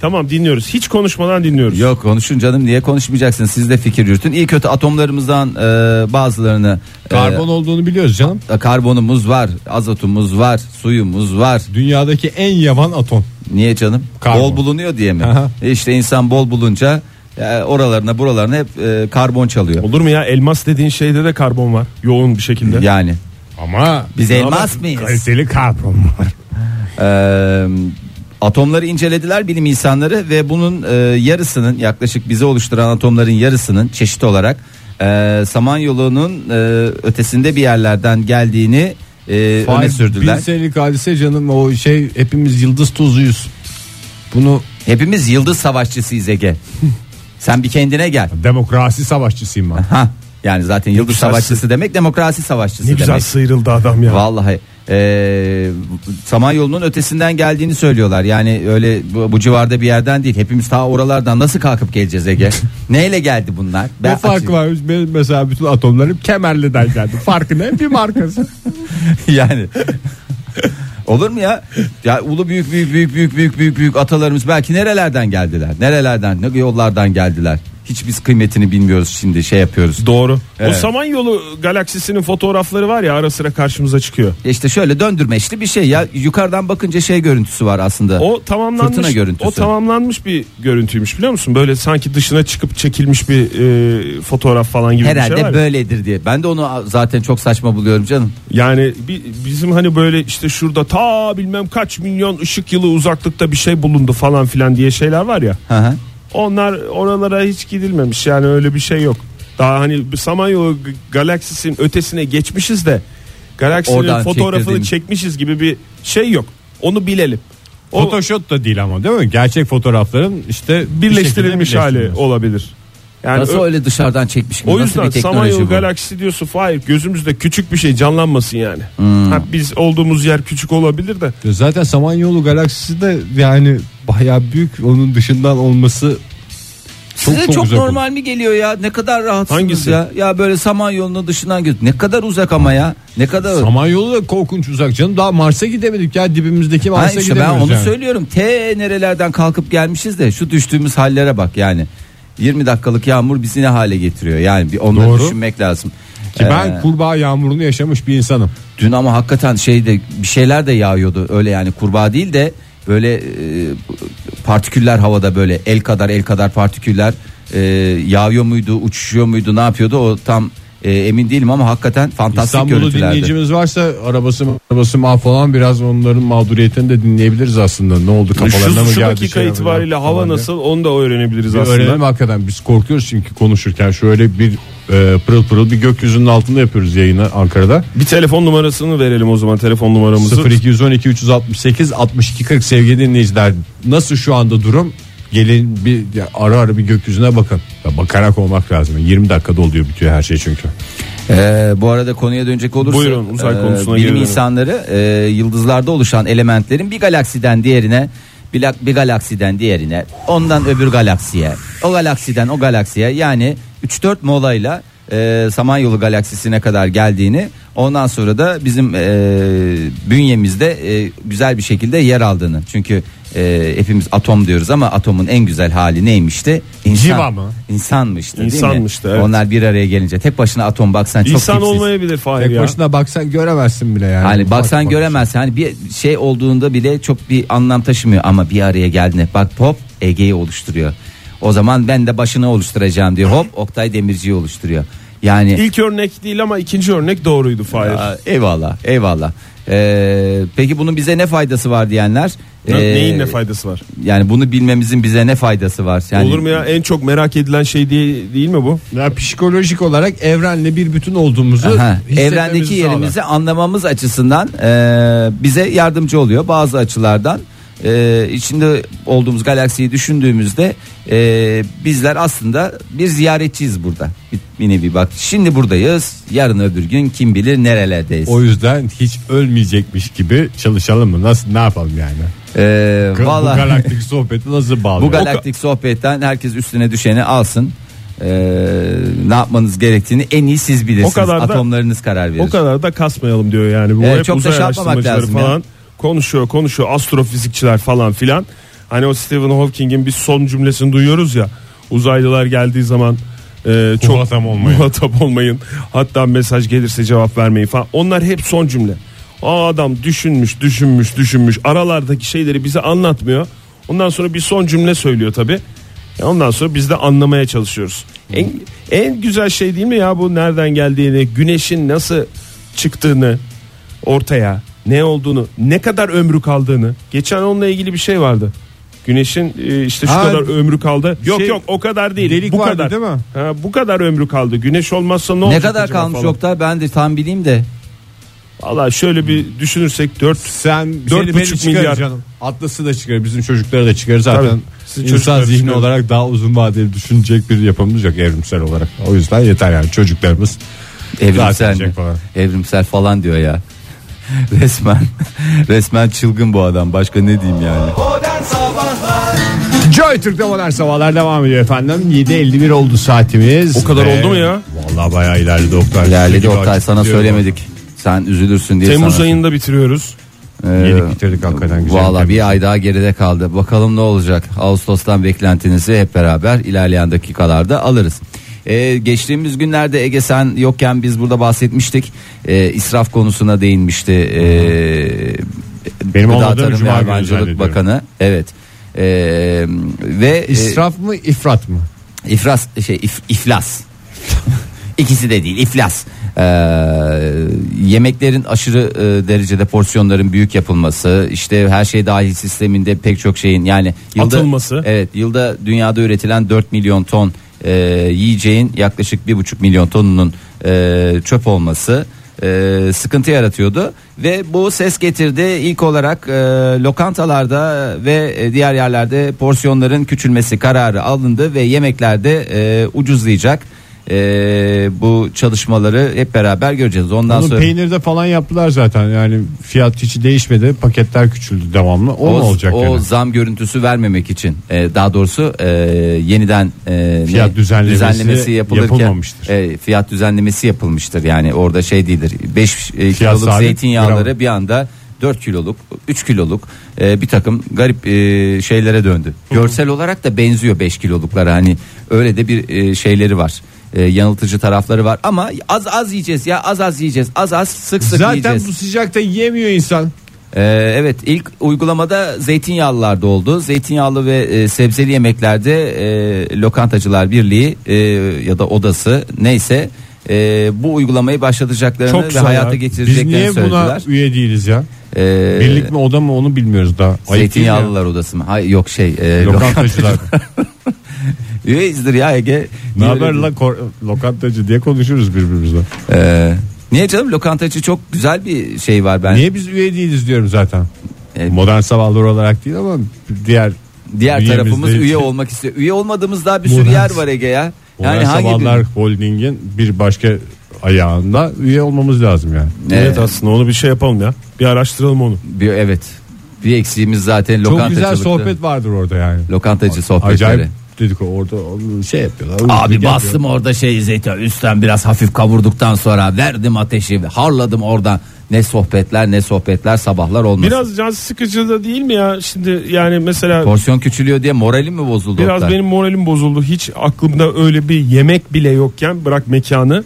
Speaker 4: Tamam dinliyoruz. Hiç konuşmadan dinliyoruz.
Speaker 3: yok konuşun canım niye konuşmayacaksın siz de fikir yürütün. İyi kötü atomlarımızdan e, bazılarını e,
Speaker 2: Karbon olduğunu biliyoruz canım.
Speaker 3: karbonumuz var, azotumuz var, suyumuz var.
Speaker 2: Dünyadaki en yavan atom.
Speaker 3: Niye canım?
Speaker 2: Karbon.
Speaker 3: Bol bulunuyor diye mi?
Speaker 2: Aha.
Speaker 3: E İşte insan bol bulunca e, oralarına buralarına hep e, karbon çalıyor.
Speaker 4: Olur mu ya elmas dediğin şeyde de karbon var. Yoğun bir şekilde.
Speaker 3: Yani
Speaker 2: Ama
Speaker 3: biz elmas mıyız?
Speaker 2: kaliteli karbon var.
Speaker 3: Ee, atomları incelediler bilim insanları ve bunun e, yarısının yaklaşık bizi oluşturan atomların yarısının çeşit olarak e, Samanyolu'nun e, ötesinde bir yerlerden geldiğini e, öne sürdüler.
Speaker 2: Bin senelik hadise canım o şey hepimiz yıldız tuzuyuz. Bunu
Speaker 3: Hepimiz yıldız savaşçısıyız Ege. Sen bir kendine gel.
Speaker 2: demokrasi savaşçısıyım ben.
Speaker 3: Ha yani zaten yıldız
Speaker 4: güzel
Speaker 3: savaşçısı demek demokrasi savaşçısı
Speaker 4: Ne
Speaker 3: demek.
Speaker 4: güzel sıyrıldı adam ya.
Speaker 3: Vallahi e, Samanyolu'nun ötesinden geldiğini söylüyorlar. Yani öyle bu, bu civarda bir yerden değil. Hepimiz ta oralardan nasıl kalkıp geleceğiz Ege? Neyle geldi bunlar?
Speaker 2: ne farkı var? Benim mesela bütün atomlarım Kemerli'den geldi. Farkı ne? Bir markası.
Speaker 3: yani Olur mu ya? Ya ulu büyük büyük büyük büyük büyük büyük büyük atalarımız belki nerelerden geldiler? Nerelerden, ne yollardan geldiler? Hiç biz kıymetini bilmiyoruz şimdi şey yapıyoruz.
Speaker 4: Doğru.
Speaker 3: Evet.
Speaker 4: O Samanyolu galaksisinin fotoğrafları var ya ara sıra karşımıza çıkıyor.
Speaker 3: İşte şöyle döndürmeçli bir şey ya. Yukarıdan bakınca şey görüntüsü var aslında.
Speaker 4: O tamamlanmış.
Speaker 3: Fırtına görüntüsü.
Speaker 4: O tamamlanmış bir görüntüymüş biliyor musun? Böyle sanki dışına çıkıp çekilmiş bir e, fotoğraf falan gibi bir
Speaker 3: Herhalde
Speaker 4: şey var. ya.
Speaker 3: böyledir diye. Ben de onu zaten çok saçma buluyorum canım.
Speaker 4: Yani bi- bizim hani böyle işte şurada ta bilmem kaç milyon ışık yılı uzaklıkta bir şey bulundu falan filan diye şeyler var ya.
Speaker 3: Hı hı.
Speaker 4: Onlar oralara hiç gidilmemiş yani öyle bir şey yok. Daha hani bir Samanyolu g- galaksisinin ötesine geçmişiz de galaksinin
Speaker 3: Oradan
Speaker 4: fotoğrafını
Speaker 3: çektirdiğin-
Speaker 4: çekmişiz gibi bir şey yok. Onu bilelim. O
Speaker 2: Photoshop da değil ama değil mi? Gerçek fotoğrafların işte bir
Speaker 4: birleştirilmiş
Speaker 2: şekilde
Speaker 4: hali
Speaker 2: birleştirilmiş.
Speaker 4: olabilir. Yani
Speaker 3: Nasıl
Speaker 4: ö-
Speaker 3: öyle dışarıdan çekmiş gibi?
Speaker 4: o
Speaker 3: Nasıl
Speaker 4: yüzden
Speaker 3: bir teknoloji
Speaker 4: Samanyolu
Speaker 3: bu?
Speaker 4: galaksisi diyorsun hayır gözümüzde küçük bir şey canlanmasın yani. Ha, biz olduğumuz yer küçük olabilir de
Speaker 2: Zaten Samanyolu galaksisi de yani baya büyük onun dışından olması çok
Speaker 3: Size
Speaker 2: çok,
Speaker 3: çok,
Speaker 2: uzak olur.
Speaker 3: normal mi geliyor ya? Ne kadar rahatsınız
Speaker 4: Hangisi?
Speaker 3: ya? Ya böyle Samanyolu'nun dışından göz. Ne kadar uzak ama ya? Ne kadar
Speaker 2: Samanyolu da korkunç uzak canım. Daha Mars'a gidemedik ya dibimizdeki
Speaker 3: Ha
Speaker 2: Mars'a
Speaker 3: işte ben
Speaker 2: gidemiyoruz
Speaker 3: onu
Speaker 2: yani.
Speaker 3: söylüyorum. T nerelerden kalkıp gelmişiz de şu düştüğümüz hallere bak yani. 20 dakikalık yağmur bizi ne hale getiriyor? Yani bir onları
Speaker 2: Doğru.
Speaker 3: düşünmek lazım.
Speaker 2: Ki
Speaker 3: Ee,
Speaker 2: ben kurbağa yağmurunu yaşamış bir insanım.
Speaker 3: dün ama hakikaten şeyde bir şeyler de yağıyordu. Öyle yani kurbağa değil de böyle e, partiküller havada böyle el kadar el kadar partiküller e, yağıyor muydu, uçuşuyor muydu, ne yapıyordu? O tam e, emin değilim ama hakikaten fantastik
Speaker 2: İstanbul'u
Speaker 3: görüntülerdi.
Speaker 2: dinleyicimiz varsa arabası arabası mah falan biraz onların mağduriyetini de dinleyebiliriz aslında. Ne oldu kafalarına
Speaker 4: şu,
Speaker 2: mı
Speaker 4: şu
Speaker 2: geldi?
Speaker 4: dakika
Speaker 2: şey mi
Speaker 4: itibariyle
Speaker 2: yaptı
Speaker 4: hava
Speaker 2: falan diye.
Speaker 4: nasıl onu da öğrenebiliriz
Speaker 2: Bir
Speaker 4: aslında.
Speaker 2: öğrenelim hakikaten biz korkuyoruz çünkü konuşurken şöyle bir e, pırıl pırıl bir gökyüzünün altında yapıyoruz yayını Ankara'da.
Speaker 4: Bir telefon numarasını verelim o zaman telefon numaramızı.
Speaker 2: 0212 368 62 40 sevgili dinleyiciler nasıl şu anda durum? Gelin bir ya ara ara bir gökyüzüne bakın. Ya bakarak olmak lazım. 20 dakikada oluyor bitiyor her şey çünkü.
Speaker 3: Ee, bu arada konuya dönecek olursak e,
Speaker 4: Buyurun, uzay konusuna
Speaker 3: bilim
Speaker 4: girelim.
Speaker 3: insanları e, yıldızlarda oluşan elementlerin bir galaksiden diğerine bir, lak- bir galaksiden diğerine ondan öbür galaksiye o galaksiden o galaksiye yani 3-4 molayla e, Samanyolu galaksisine kadar geldiğini ondan sonra da bizim e, bünyemizde e, güzel bir şekilde yer aldığını çünkü e, hepimiz atom diyoruz ama atomun en güzel hali neymişti? İnsan,
Speaker 2: Civa mı?
Speaker 3: İnsanmıştı değil mi?
Speaker 4: İnsanmıştı, evet.
Speaker 3: Onlar bir araya gelince tek başına atom baksan çok
Speaker 4: İnsan
Speaker 3: tipsiz.
Speaker 4: olmayabilir Fahir
Speaker 2: Tek
Speaker 4: ya.
Speaker 2: başına baksan göremezsin bile yani.
Speaker 3: Hani baksan
Speaker 2: Bak-
Speaker 3: göremezsin. Hani bir şey olduğunda bile çok bir anlam taşımıyor ama bir araya geldiğinde bak pop Ege'yi oluşturuyor. O zaman ben de başını oluşturacağım diyor. Hop Oktay Demirci'yi oluşturuyor. Yani
Speaker 4: İlk örnek değil ama ikinci örnek doğruydu Fahir.
Speaker 3: Aa, eyvallah, eyvallah. Ee, peki bunun bize ne faydası var diyenler?
Speaker 4: Ne-
Speaker 3: ee,
Speaker 4: Neyin ne faydası var?
Speaker 3: Yani bunu bilmemizin bize ne faydası var? Yani
Speaker 4: Olur mu ya en çok merak edilen şey diye, değil mi bu?
Speaker 2: Ya psikolojik olarak evrenle bir bütün olduğumuzu
Speaker 3: Aha,
Speaker 2: hissetmemizi
Speaker 3: evrendeki
Speaker 2: sağlar.
Speaker 3: yerimizi anlamamız açısından e, bize yardımcı oluyor bazı açılardan. E, içinde olduğumuz galaksiyi düşündüğümüzde e, bizler aslında bir ziyaretçiyiz burada. Bir, bir nevi bak şimdi buradayız yarın öbür gün kim bilir nerelerdeyiz.
Speaker 2: O yüzden hiç ölmeyecekmiş gibi çalışalım mı? Nasıl ne yapalım yani?
Speaker 3: E,
Speaker 2: Ga-
Speaker 3: vallahi-
Speaker 2: Bu galaktik sohbeti nasıl bağlı?
Speaker 3: Bu galaktik sohbetten herkes üstüne düşeni alsın. Ee, ne yapmanız gerektiğini en iyi siz bilirsiniz.
Speaker 4: O kadar da-
Speaker 3: Atomlarınız karar verir.
Speaker 4: O kadar da kasmayalım diyor yani. Bu
Speaker 3: Evet,
Speaker 4: hep
Speaker 3: çok da
Speaker 4: uzay
Speaker 3: şey yapmamak
Speaker 4: araştırmacıları
Speaker 3: lazım ya.
Speaker 4: falan konuşuyor konuşuyor astrofizikçiler falan filan. Hani o Stephen Hawking'in bir son cümlesini duyuyoruz ya. Uzaylılar geldiği zaman e, çok
Speaker 2: Muhatap olmayın.
Speaker 4: muhatap olmayın. Hatta mesaj gelirse cevap vermeyin falan. Onlar hep son cümle. Aa adam düşünmüş, düşünmüş, düşünmüş. Aralardaki şeyleri bize anlatmıyor. Ondan sonra bir son cümle söylüyor tabi. Ondan sonra biz de anlamaya çalışıyoruz. En, en güzel şey değil mi ya bu nereden geldiğini, güneşin nasıl çıktığını ortaya, ne olduğunu, ne kadar ömrü kaldığını. Geçen onunla ilgili bir şey vardı. Güneşin e, işte şu
Speaker 2: Ha,
Speaker 4: kadar ömrü kaldı. Yok
Speaker 2: şey-
Speaker 4: yok o kadar değil.
Speaker 2: Delik
Speaker 4: bu
Speaker 2: vardı
Speaker 4: kadar.
Speaker 2: değil mi?
Speaker 4: Ha, bu kadar ömrü kaldı. Güneş olmazsa ne,
Speaker 3: ne
Speaker 4: olacak
Speaker 3: kadar
Speaker 4: acaba
Speaker 3: kalmış
Speaker 4: falan.
Speaker 3: Oktay ben de tam bileyim de.
Speaker 4: Valla şöyle bir
Speaker 2: Hmm.
Speaker 4: düşünürsek 4
Speaker 2: Sen
Speaker 4: Dört
Speaker 2: seni beni
Speaker 4: buçuk
Speaker 2: çıkar
Speaker 4: milyar.
Speaker 2: şey canım. Atlas'ı da çıkar, bizim çocukları da çıkar zaten.
Speaker 4: Tabii, sizin
Speaker 2: İnsan
Speaker 4: çocukları
Speaker 2: zihni
Speaker 4: çıkar.
Speaker 2: olarak daha uzun vadeli düşünecek bir yapımız yok evrimsel olarak. O yüzden yeter yani çocuklarımız
Speaker 3: Evrimsel
Speaker 2: Zaten
Speaker 3: mi?
Speaker 2: falan.
Speaker 3: Evrimsel falan diyor ya. resmen resmen çılgın bu adam. Başka ne diyeyim yani?
Speaker 2: Joy Türk'te modern sabahlar devam ediyor efendim. 7.51 oldu saatimiz.
Speaker 4: O kadar oldu mu ya?
Speaker 2: Vallahi bayağı ilerledi Oktay.
Speaker 3: İlerledi
Speaker 2: Gibi
Speaker 3: Oktay
Speaker 2: açık
Speaker 3: sana
Speaker 2: diyorum.
Speaker 3: söylemedik. Sen üzülürsün diye
Speaker 4: Temmuz
Speaker 3: sana.
Speaker 4: ayında bitiriyoruz.
Speaker 3: Ee,
Speaker 2: Yedik bitirdik hakikaten güzel.
Speaker 3: Valla bir ay daha geride kaldı. Bakalım ne olacak. Ağustos'tan beklentinizi hep beraber ilerleyen dakikalarda alırız. Ee, geçtiğimiz günlerde Ege sen yokken biz burada bahsetmiştik. Ee, israf konusuna değinmişti. Ee,
Speaker 2: Benim
Speaker 3: Gıda,
Speaker 2: olmadığım
Speaker 3: Tarım ve
Speaker 2: Cuma günü
Speaker 3: Hayvancılık
Speaker 2: zannediyorum.
Speaker 3: Bakanı. Evet. Ee, ve e,
Speaker 2: İsraf mı ifrat mı?
Speaker 3: İfras şey if- iflas. İkisi de değil iflas. Ee, yemeklerin aşırı e, derecede porsiyonların büyük yapılması işte her şey dahil sisteminde pek çok şeyin yani yılda,
Speaker 4: Atılması.
Speaker 3: Evet yılda dünyada üretilen 4 milyon ton e, yiyeceğin yaklaşık 1,5 milyon tonunun e, çöp olması e, sıkıntı yaratıyordu. Ve bu ses getirdi ilk olarak e, lokantalarda ve e, diğer yerlerde porsiyonların küçülmesi kararı alındı ve yemeklerde e, ucuzlayacak. E, bu çalışmaları hep beraber göreceğiz. Ondan
Speaker 2: Onu
Speaker 3: sonra
Speaker 2: peynirde falan yaptılar zaten yani fiyat hiç değişmedi paketler küçüldü devamlı o, mu olacak
Speaker 3: o
Speaker 2: yani?
Speaker 3: zam görüntüsü vermemek için e, daha doğrusu e, yeniden e,
Speaker 2: Fiyat düzenlemesi yapılmamıştır.
Speaker 3: e, fiyat düzenlemesi yapılmıştır yani orada şey değildir 5 kiloluk
Speaker 2: sabit,
Speaker 3: zeytinyağları
Speaker 2: bravo.
Speaker 3: bir anda 4 kiloluk 3 kiloluk e, bir takım garip e, şeylere döndü görsel olarak da benziyor 5 kiloluklara hani öyle de bir e, şeyleri var E, yanıltıcı tarafları var ama az az yiyeceğiz ya az az yiyeceğiz az az sık sık
Speaker 2: Zaten
Speaker 3: yiyeceğiz.
Speaker 2: bu sıcakta yiyemiyor insan.
Speaker 3: Ee, evet ilk uygulamada zeytinyağlılarda oldu. Zeytinyağlı ve e, sebzeli yemeklerde e, lokantacılar birliği e, ya da odası neyse e, bu uygulamayı başlatacaklarını
Speaker 4: Çok
Speaker 3: ve
Speaker 4: güzel
Speaker 3: hayata
Speaker 4: ya.
Speaker 2: Biz
Speaker 3: geçireceklerini
Speaker 2: niye buna
Speaker 3: söylediler.
Speaker 2: üye değiliz ya?
Speaker 3: Ee,
Speaker 2: Birlik mi oda mı onu bilmiyoruz daha. Ayıp değil mi ya?
Speaker 3: Zeytinyağlılar odası mı? Hayır yok şey. E,
Speaker 2: Lokantacılar.
Speaker 3: Üyeyizdir ya Ege. Niye
Speaker 2: ne
Speaker 3: öyle
Speaker 2: haber
Speaker 3: diyorsun?
Speaker 2: la kor- lokantacı diye konuşuruz birbirimizle.
Speaker 3: Ee, niye canım lokantacı çok güzel bir şey var ben.
Speaker 2: Niye biz üye değiliz diyorum zaten.
Speaker 3: E,
Speaker 2: Modern sabahlar olarak değil ama diğer
Speaker 3: Diğer
Speaker 2: üyemiz
Speaker 3: tarafımız
Speaker 2: değil.
Speaker 3: üye olmak istiyor. Üye olmadığımız daha bir sürü
Speaker 2: Modern-
Speaker 3: yer var Ege ya.
Speaker 2: Modern sabahlar holdingin bir başka ayağında üye olmamız lazım yani.
Speaker 4: Evet.
Speaker 3: Evet.
Speaker 4: aslında onu bir şey yapalım ya. Bir araştıralım onu.
Speaker 3: Bir, evet. Bir eksiğimiz zaten
Speaker 2: Çok
Speaker 3: lokantacılıkta.
Speaker 2: güzel sohbet vardır orada yani.
Speaker 3: Lokantacı sohbetleri.
Speaker 2: Acayip dedik orada şey yapıyorlar.
Speaker 3: Abi
Speaker 2: Yapıyor.
Speaker 3: bastım orada şey zeytin üstten biraz hafif kavurduktan sonra verdim ateşi harladım oradan. Ne sohbetler ne sohbetler sabahlar olmasın.
Speaker 4: Biraz can sıkıcı da değil mi ya? Şimdi yani mesela
Speaker 3: Porsiyon küçülüyor diye moralim mi bozuldu?
Speaker 4: Biraz
Speaker 3: Oktay?
Speaker 4: benim moralim bozuldu. Hiç aklımda öyle bir yemek bile yokken bırak mekanı.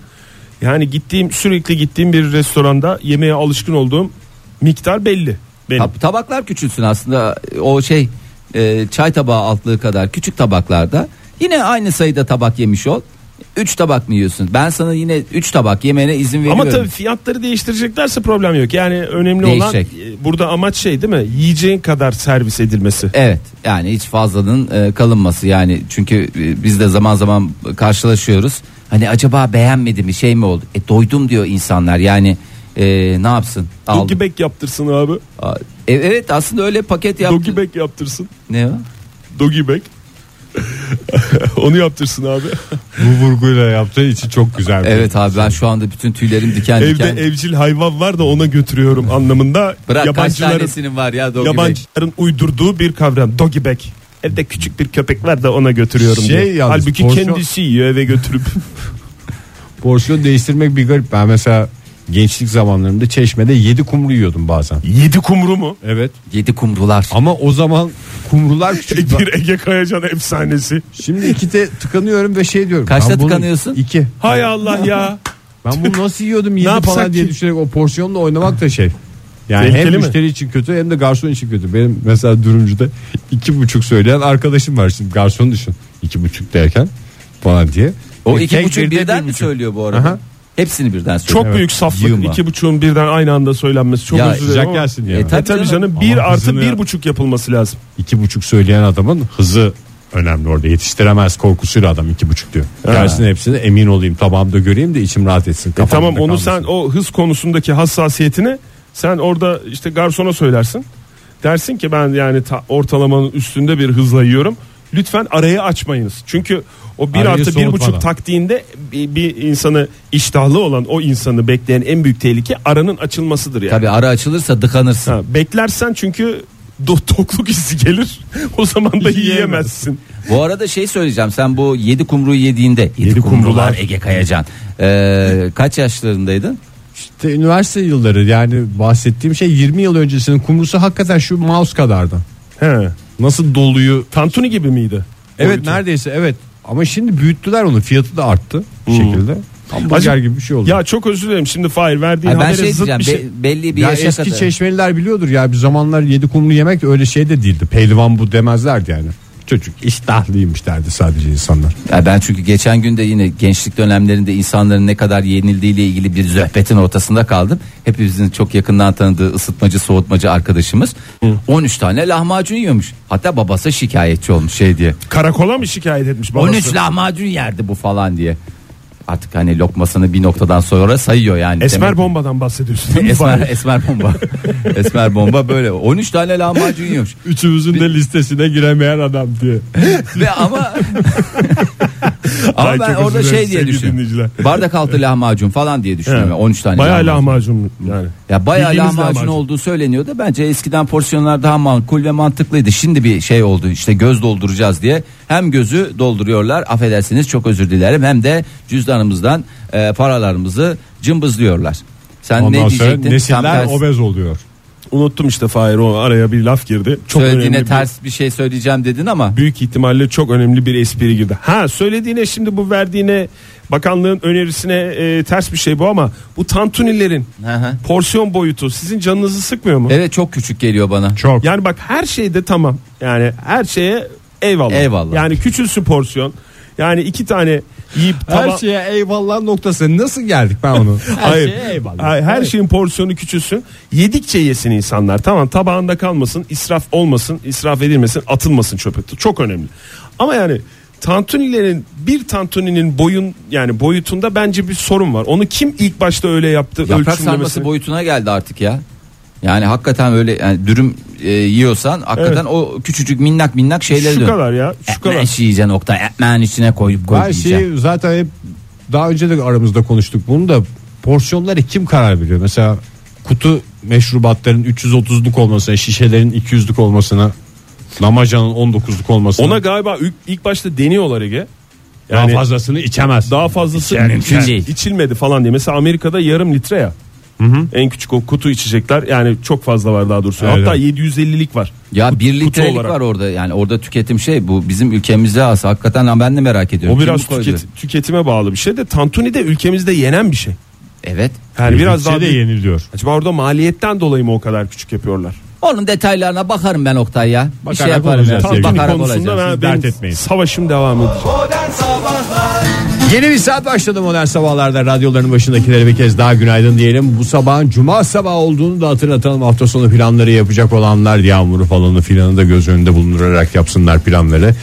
Speaker 4: Yani gittiğim sürekli gittiğim bir restoranda yemeğe alışkın olduğum miktar belli. Benim.
Speaker 3: Tab- tabaklar küçülsün aslında o şey e, çay tabağı altlığı kadar küçük tabaklarda yine aynı sayıda tabak yemiş ol. 3 tabak mı yiyorsun? Ben sana yine 3 tabak yemene izin veriyorum.
Speaker 4: Ama tabii fiyatları değiştireceklerse problem yok. Yani önemli
Speaker 3: Değişecek.
Speaker 4: olan e, burada amaç şey değil mi? Yiyeceğin kadar servis edilmesi.
Speaker 3: Evet yani hiç fazlanın e, kalınması yani çünkü e, biz de zaman zaman karşılaşıyoruz. Hani acaba beğenmedi mi şey mi oldu? E doydum diyor insanlar yani e, ne yapsın? Aldım.
Speaker 4: Dogi bag yaptırsın abi.
Speaker 3: A- E, evet aslında öyle paket yaptı.
Speaker 4: Dogi bag yaptırsın.
Speaker 3: Ne o?
Speaker 4: Dogi bag. Onu yaptırsın abi.
Speaker 2: Bu vurguyla yaptığı için çok güzel. bir-
Speaker 3: Evet abi ben şu anda bütün tüylerim diken
Speaker 4: Evde
Speaker 3: diken.
Speaker 4: evcil hayvan var da ona götürüyorum anlamında.
Speaker 3: Bırak kaç
Speaker 4: Yabancıların
Speaker 3: tanesinin var ya dogi bag?
Speaker 4: Yabancıların uydurduğu bir kavram doggy bag. Evde küçük bir köpek var da ona götürüyorum
Speaker 2: Şey
Speaker 4: diye.
Speaker 2: yalnız,
Speaker 4: Halbuki
Speaker 2: porsiyon-
Speaker 4: kendisi yiyor eve götürüp.
Speaker 2: Porsiyon değiştirmek bir garip. Ben mesela gençlik zamanlarımda çeşmede 7 kumru yiyordum bazen.
Speaker 4: Yedi kumru mu?
Speaker 2: Evet.
Speaker 3: Yedi kumrular.
Speaker 2: Ama o zaman kumrular küçük.
Speaker 4: Bir Ege Kayacan efsanesi.
Speaker 2: Şimdi ikide tıkanıyorum ve şey diyorum.
Speaker 3: Kaçta
Speaker 2: ben bunu-
Speaker 3: tıkanıyorsun?
Speaker 2: İki.
Speaker 4: Hay Allah ya.
Speaker 2: Ben bunu nasıl yiyordum yedi
Speaker 4: yapsak
Speaker 2: falan diye
Speaker 4: ki?
Speaker 2: düşünerek o porsiyonla oynamak da şey. Yani
Speaker 4: Tehlikeli
Speaker 2: hem
Speaker 4: mi?
Speaker 2: müşteri için kötü hem de garson için kötü. Benim mesela durumcuda iki buçuk söyleyen arkadaşım var şimdi garson düşün. iki buçuk derken falan diye.
Speaker 3: O
Speaker 2: E,
Speaker 3: iki
Speaker 2: tek
Speaker 3: buçuk
Speaker 2: birde
Speaker 3: birden
Speaker 2: bir
Speaker 3: mi
Speaker 2: buçuk.
Speaker 3: söylüyor bu arada?
Speaker 2: Aha.
Speaker 3: Hepsini birden söylüyor.
Speaker 4: Çok büyük saflık.
Speaker 3: Yığma.
Speaker 4: İki buçuğun birden aynı anda söylenmesi. Çok
Speaker 3: Ya,
Speaker 4: özür dilerim
Speaker 2: Sıcak
Speaker 4: ama.
Speaker 2: gelsin diye.
Speaker 3: E,
Speaker 2: mi?
Speaker 3: tabii
Speaker 4: E, tabii
Speaker 3: canım.
Speaker 4: canım bir
Speaker 2: Ama
Speaker 4: artı
Speaker 2: hızını
Speaker 4: bir
Speaker 2: yap.
Speaker 4: buçuk yapılması lazım.
Speaker 2: İki buçuk söyleyen adamın hızı önemli orada yetiştiremez korkusuyla adam iki buçuk diyor. Gelsin hepsini emin olayım tabağımda göreyim de içim rahat etsin.
Speaker 4: E,
Speaker 2: kafamda
Speaker 4: tamam onu
Speaker 2: kalmasın.
Speaker 4: sen o hız konusundaki hassasiyetini sen orada işte garsona söylersin. Dersin ki ben yani ta- ortalamanın üstünde bir hızla yiyorum. lütfen arayı açmayınız. Çünkü o bir
Speaker 2: Arayı
Speaker 4: artı bir
Speaker 2: soğutmadan.
Speaker 4: buçuk taktiğinde bir, bir insanı iştahlı olan o insanı bekleyen en büyük tehlike aranın açılmasıdır yani.
Speaker 3: Tabii ara açılırsa dıkanırsın.
Speaker 4: Ha, beklersen çünkü do- tokluk hissi gelir o zaman da yiyemezsin.
Speaker 3: Bu arada şey söyleyeceğim sen bu 7 kumruyu yediğinde 7 kumrular,
Speaker 4: kumrular.
Speaker 3: Ege Kayacan. Ee, kaç yaşlarındaydın?
Speaker 2: İşte üniversite yılları yani bahsettiğim şey 20 yıl öncesinin kumrusu hakikaten şu mouse kadardı.
Speaker 4: He.
Speaker 2: Nasıl doluyu
Speaker 4: Tantuni gibi miydi?
Speaker 2: Evet
Speaker 4: Boyutu.
Speaker 2: neredeyse evet. Ama şimdi büyüttüler onu. Fiyatı da arttı bir şekilde. Hamburger
Speaker 4: Acı-
Speaker 2: gibi bir şey oldu.
Speaker 4: Ya çok özür dilerim şimdi Fahir verdiğin
Speaker 3: Ay ben
Speaker 4: habere
Speaker 3: şey
Speaker 4: zıt
Speaker 3: diyeceğim
Speaker 4: bir şey.
Speaker 3: be- belli bir
Speaker 2: Ya
Speaker 3: yaşa
Speaker 2: eski
Speaker 3: kadar.
Speaker 2: çeşmeliler biliyordur ya bir zamanlar yedi kumlu yemek öyle şey de değildi. Pehlivan bu demezlerdi yani. Çocuk iştahlıymış derdi sadece insanlar.
Speaker 3: Ya ben çünkü geçen gün de yine gençlik dönemlerinde insanların ne kadar yenildiğiyle ilgili bir zöhbetin ortasında kaldım. Hepimizin çok yakından tanıdığı ısıtmacı soğutmacı arkadaşımız 13 tane lahmacun yiyormuş. Hatta babası şikayetçi olmuş şey diye.
Speaker 4: Karakola mı şikayet etmiş babası?
Speaker 3: 13 lahmacun yerdi bu falan diye. Artık hani lokmasını bir noktadan sonra sayıyor yani.
Speaker 4: Esmer
Speaker 3: Demek ki-
Speaker 4: bombadan bahsediyorsun. değil mi
Speaker 3: Esmer,
Speaker 4: Fahir?
Speaker 3: esmer bomba. esmer bomba böyle. 13 tane lahmacun yiyormuş.
Speaker 2: Üçümüzün de listesine giremeyen adam diye.
Speaker 3: Ve ama ama
Speaker 4: Ay,
Speaker 3: ben
Speaker 4: çok
Speaker 3: orada
Speaker 4: özür dilerim
Speaker 3: şey diye
Speaker 4: sevgili
Speaker 3: düşünüyorum.
Speaker 4: dinleyiciler.
Speaker 3: Bardak altı lahmacun falan diye düşünüyorum.
Speaker 4: He.
Speaker 3: 13 tane.
Speaker 4: Bayağı
Speaker 3: lahmacun.
Speaker 4: lahmacun yani.
Speaker 3: Ya bayağı
Speaker 4: Bildiğimiz
Speaker 3: lahmacun,
Speaker 4: lahmacun.
Speaker 3: olduğu söyleniyordu. Bence eskiden porsiyonlar daha makul ve mantıklıydı. Şimdi bir şey oldu. İşte göz dolduracağız diye. Hem gözü dolduruyorlar. Affedersiniz çok özür dilerim. Hem de cüzdanımızdan e, paralarımızı cımbızlıyorlar. Sen
Speaker 2: Ondan
Speaker 3: ne
Speaker 2: sonra
Speaker 3: diyecektin? Tam
Speaker 2: nesiller
Speaker 3: tersi.
Speaker 2: obez oluyor.
Speaker 4: Unuttum işte Fahir o araya bir laf girdi. Çok önemli
Speaker 3: Söylediğine
Speaker 4: bir-
Speaker 3: ters bir şey söyleyeceğim dedin ama
Speaker 4: büyük ihtimalle çok önemli bir espri girdi. Ha söylediğine şimdi bu verdiğine bakanlığın önerisine e, ters bir şey bu ama bu tantunilerin
Speaker 3: Hı hı.
Speaker 4: porsiyon boyutu sizin canınızı sıkmıyor mu?
Speaker 3: Evet çok küçük geliyor bana.
Speaker 2: Çok.
Speaker 4: Yani bak her şeyde tamam. Yani her şeye eyvallah.
Speaker 3: Eyvallah.
Speaker 4: Yani küçülsün porsiyon. Yani iki tane yiyip
Speaker 2: Her
Speaker 3: şey-
Speaker 4: taba-
Speaker 2: şeye eyvallah noktası nasıl geldik ben onu?
Speaker 4: Hayır. Hayır, Her şeyin porsiyonu küçülsün. Yedikçe yesin insanlar. Tamam tabağında kalmasın, israf olmasın, israf edilmesin, atılmasın çöpe. Çok önemli. Ama yani tantunilerin bir tantuninin boyun yani boyutunda bence bir sorun var. Onu kim ilk başta öyle yaptı?
Speaker 3: Yaprak
Speaker 4: ölçümlemesini-
Speaker 3: sarması boyutuna geldi artık ya. Yani hakikaten öyle yani dürüm e, yiyorsan hakikaten
Speaker 4: Evet.
Speaker 3: o küçücük minnak minnak şeyleri
Speaker 4: Şu kadar ya. Şu
Speaker 3: Ekmeğin
Speaker 4: kadar.
Speaker 3: içi yiyeceksin Oktay. Ekmeğin içine koyup koyup
Speaker 2: Her
Speaker 3: yiyeceksin.
Speaker 2: şeyi zaten hep daha önce de aramızda konuştuk bunu da porsiyonları kim karar veriyor? Mesela kutu meşrubatların 330'luk olmasına, şişelerin 200'lük olmasına, damacanın 19'luk olmasına.
Speaker 4: Ona galiba ilk- ilk başta deniyorlar Ege.
Speaker 2: daha
Speaker 4: Yani
Speaker 2: fazlasını içemez.
Speaker 4: daha fazlası
Speaker 3: Yani mümkün değil.
Speaker 4: içilmedi falan diye. Mesela Amerika'da yarım litre ya. En küçük o kutu içecekler yani çok fazla var daha doğrusu.
Speaker 2: Evet.
Speaker 4: Hatta 750'lik var.
Speaker 3: Ya bir
Speaker 4: kutu
Speaker 3: litrelik
Speaker 4: olarak.
Speaker 3: var orada yani orada tüketim şey bu bizim ülkemizde az hakikaten ha, ben de merak ediyorum.
Speaker 4: O
Speaker 3: Kim
Speaker 4: biraz
Speaker 3: koydu?
Speaker 4: tüket- tüketime bağlı bir şey de tantuni de ülkemizde yenen bir şey.
Speaker 3: Evet.
Speaker 4: Yani biraz
Speaker 2: Bütçe
Speaker 4: daha
Speaker 2: şey de
Speaker 4: büyük-
Speaker 2: yeniliyor.
Speaker 4: Acaba orada maliyetten dolayı mı o kadar küçük yapıyorlar?
Speaker 3: Onun detaylarına bakarım ben Oktay ya. Bir
Speaker 2: Bakarak
Speaker 3: şey yaparım.
Speaker 2: olacağız
Speaker 3: ya.
Speaker 2: sevgili.
Speaker 4: Tantuni
Speaker 3: Bakarak
Speaker 4: konusunda
Speaker 3: olacağız.
Speaker 4: ben,
Speaker 2: Siz dert
Speaker 4: benim
Speaker 2: etmeyin.
Speaker 4: savaşım devam edecek.
Speaker 2: Yeni bir saat başladı modern sabahlarda radyoların başındakilere bir kez daha günaydın diyelim. Bu sabahın cuma sabahı olduğunu da hatırlatalım. Hafta sonu planları yapacak olanlar yağmuru falanı filanı da göz önünde bulundurarak yapsınlar planları.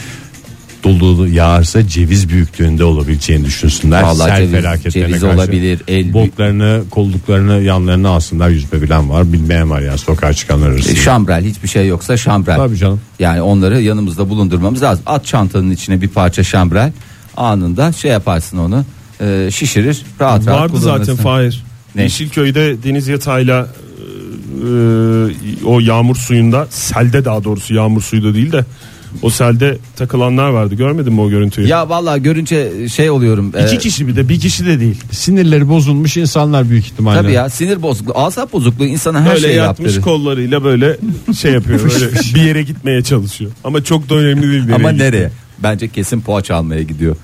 Speaker 2: Dolu dolu yağarsa ceviz büyüklüğünde olabileceğini düşünsünler.
Speaker 3: Vallahi
Speaker 2: Sel
Speaker 3: ceviz-
Speaker 2: felaketlerine
Speaker 3: ceviz
Speaker 2: karşı
Speaker 3: olabilir, el-
Speaker 2: Botlarını, kolluklarını yanlarına alsınlar. Yüzme bilen var, bilmeyen var ya sokağa çıkanlar
Speaker 3: E,
Speaker 2: arasında.
Speaker 3: Şambrel hiçbir şey yoksa şambrel.
Speaker 2: Tabii canım.
Speaker 3: Yani onları yanımızda bulundurmamız lazım. At çantanın içine bir parça şambrel anında şey yaparsın onu e, şişirir rahat rahat
Speaker 4: Vardı zaten
Speaker 3: kullanırsın.
Speaker 4: Fahir.
Speaker 3: Ne?
Speaker 4: Yeşilköy'de deniz yatağıyla e, e, o yağmur suyunda selde daha doğrusu yağmur suyu da değil de o selde takılanlar vardı. Görmedin mi o görüntüyü?
Speaker 3: Ya vallahi görünce şey oluyorum. e,
Speaker 4: İki kişi bir de bir kişi de değil.
Speaker 2: Sinirleri bozulmuş insanlar büyük ihtimalle.
Speaker 3: Tabii ya sinir bozukluğu, asap bozukluğu insana her
Speaker 4: Böyle
Speaker 3: şeyi
Speaker 4: yatmış
Speaker 3: yaptırır.
Speaker 4: kollarıyla böyle şey yapıyor. böyle bir yere gitmeye çalışıyor. Ama çok da önemli değil.
Speaker 3: Ama
Speaker 4: gittiği.
Speaker 3: nereye? Bence kesin poğaça almaya gidiyor.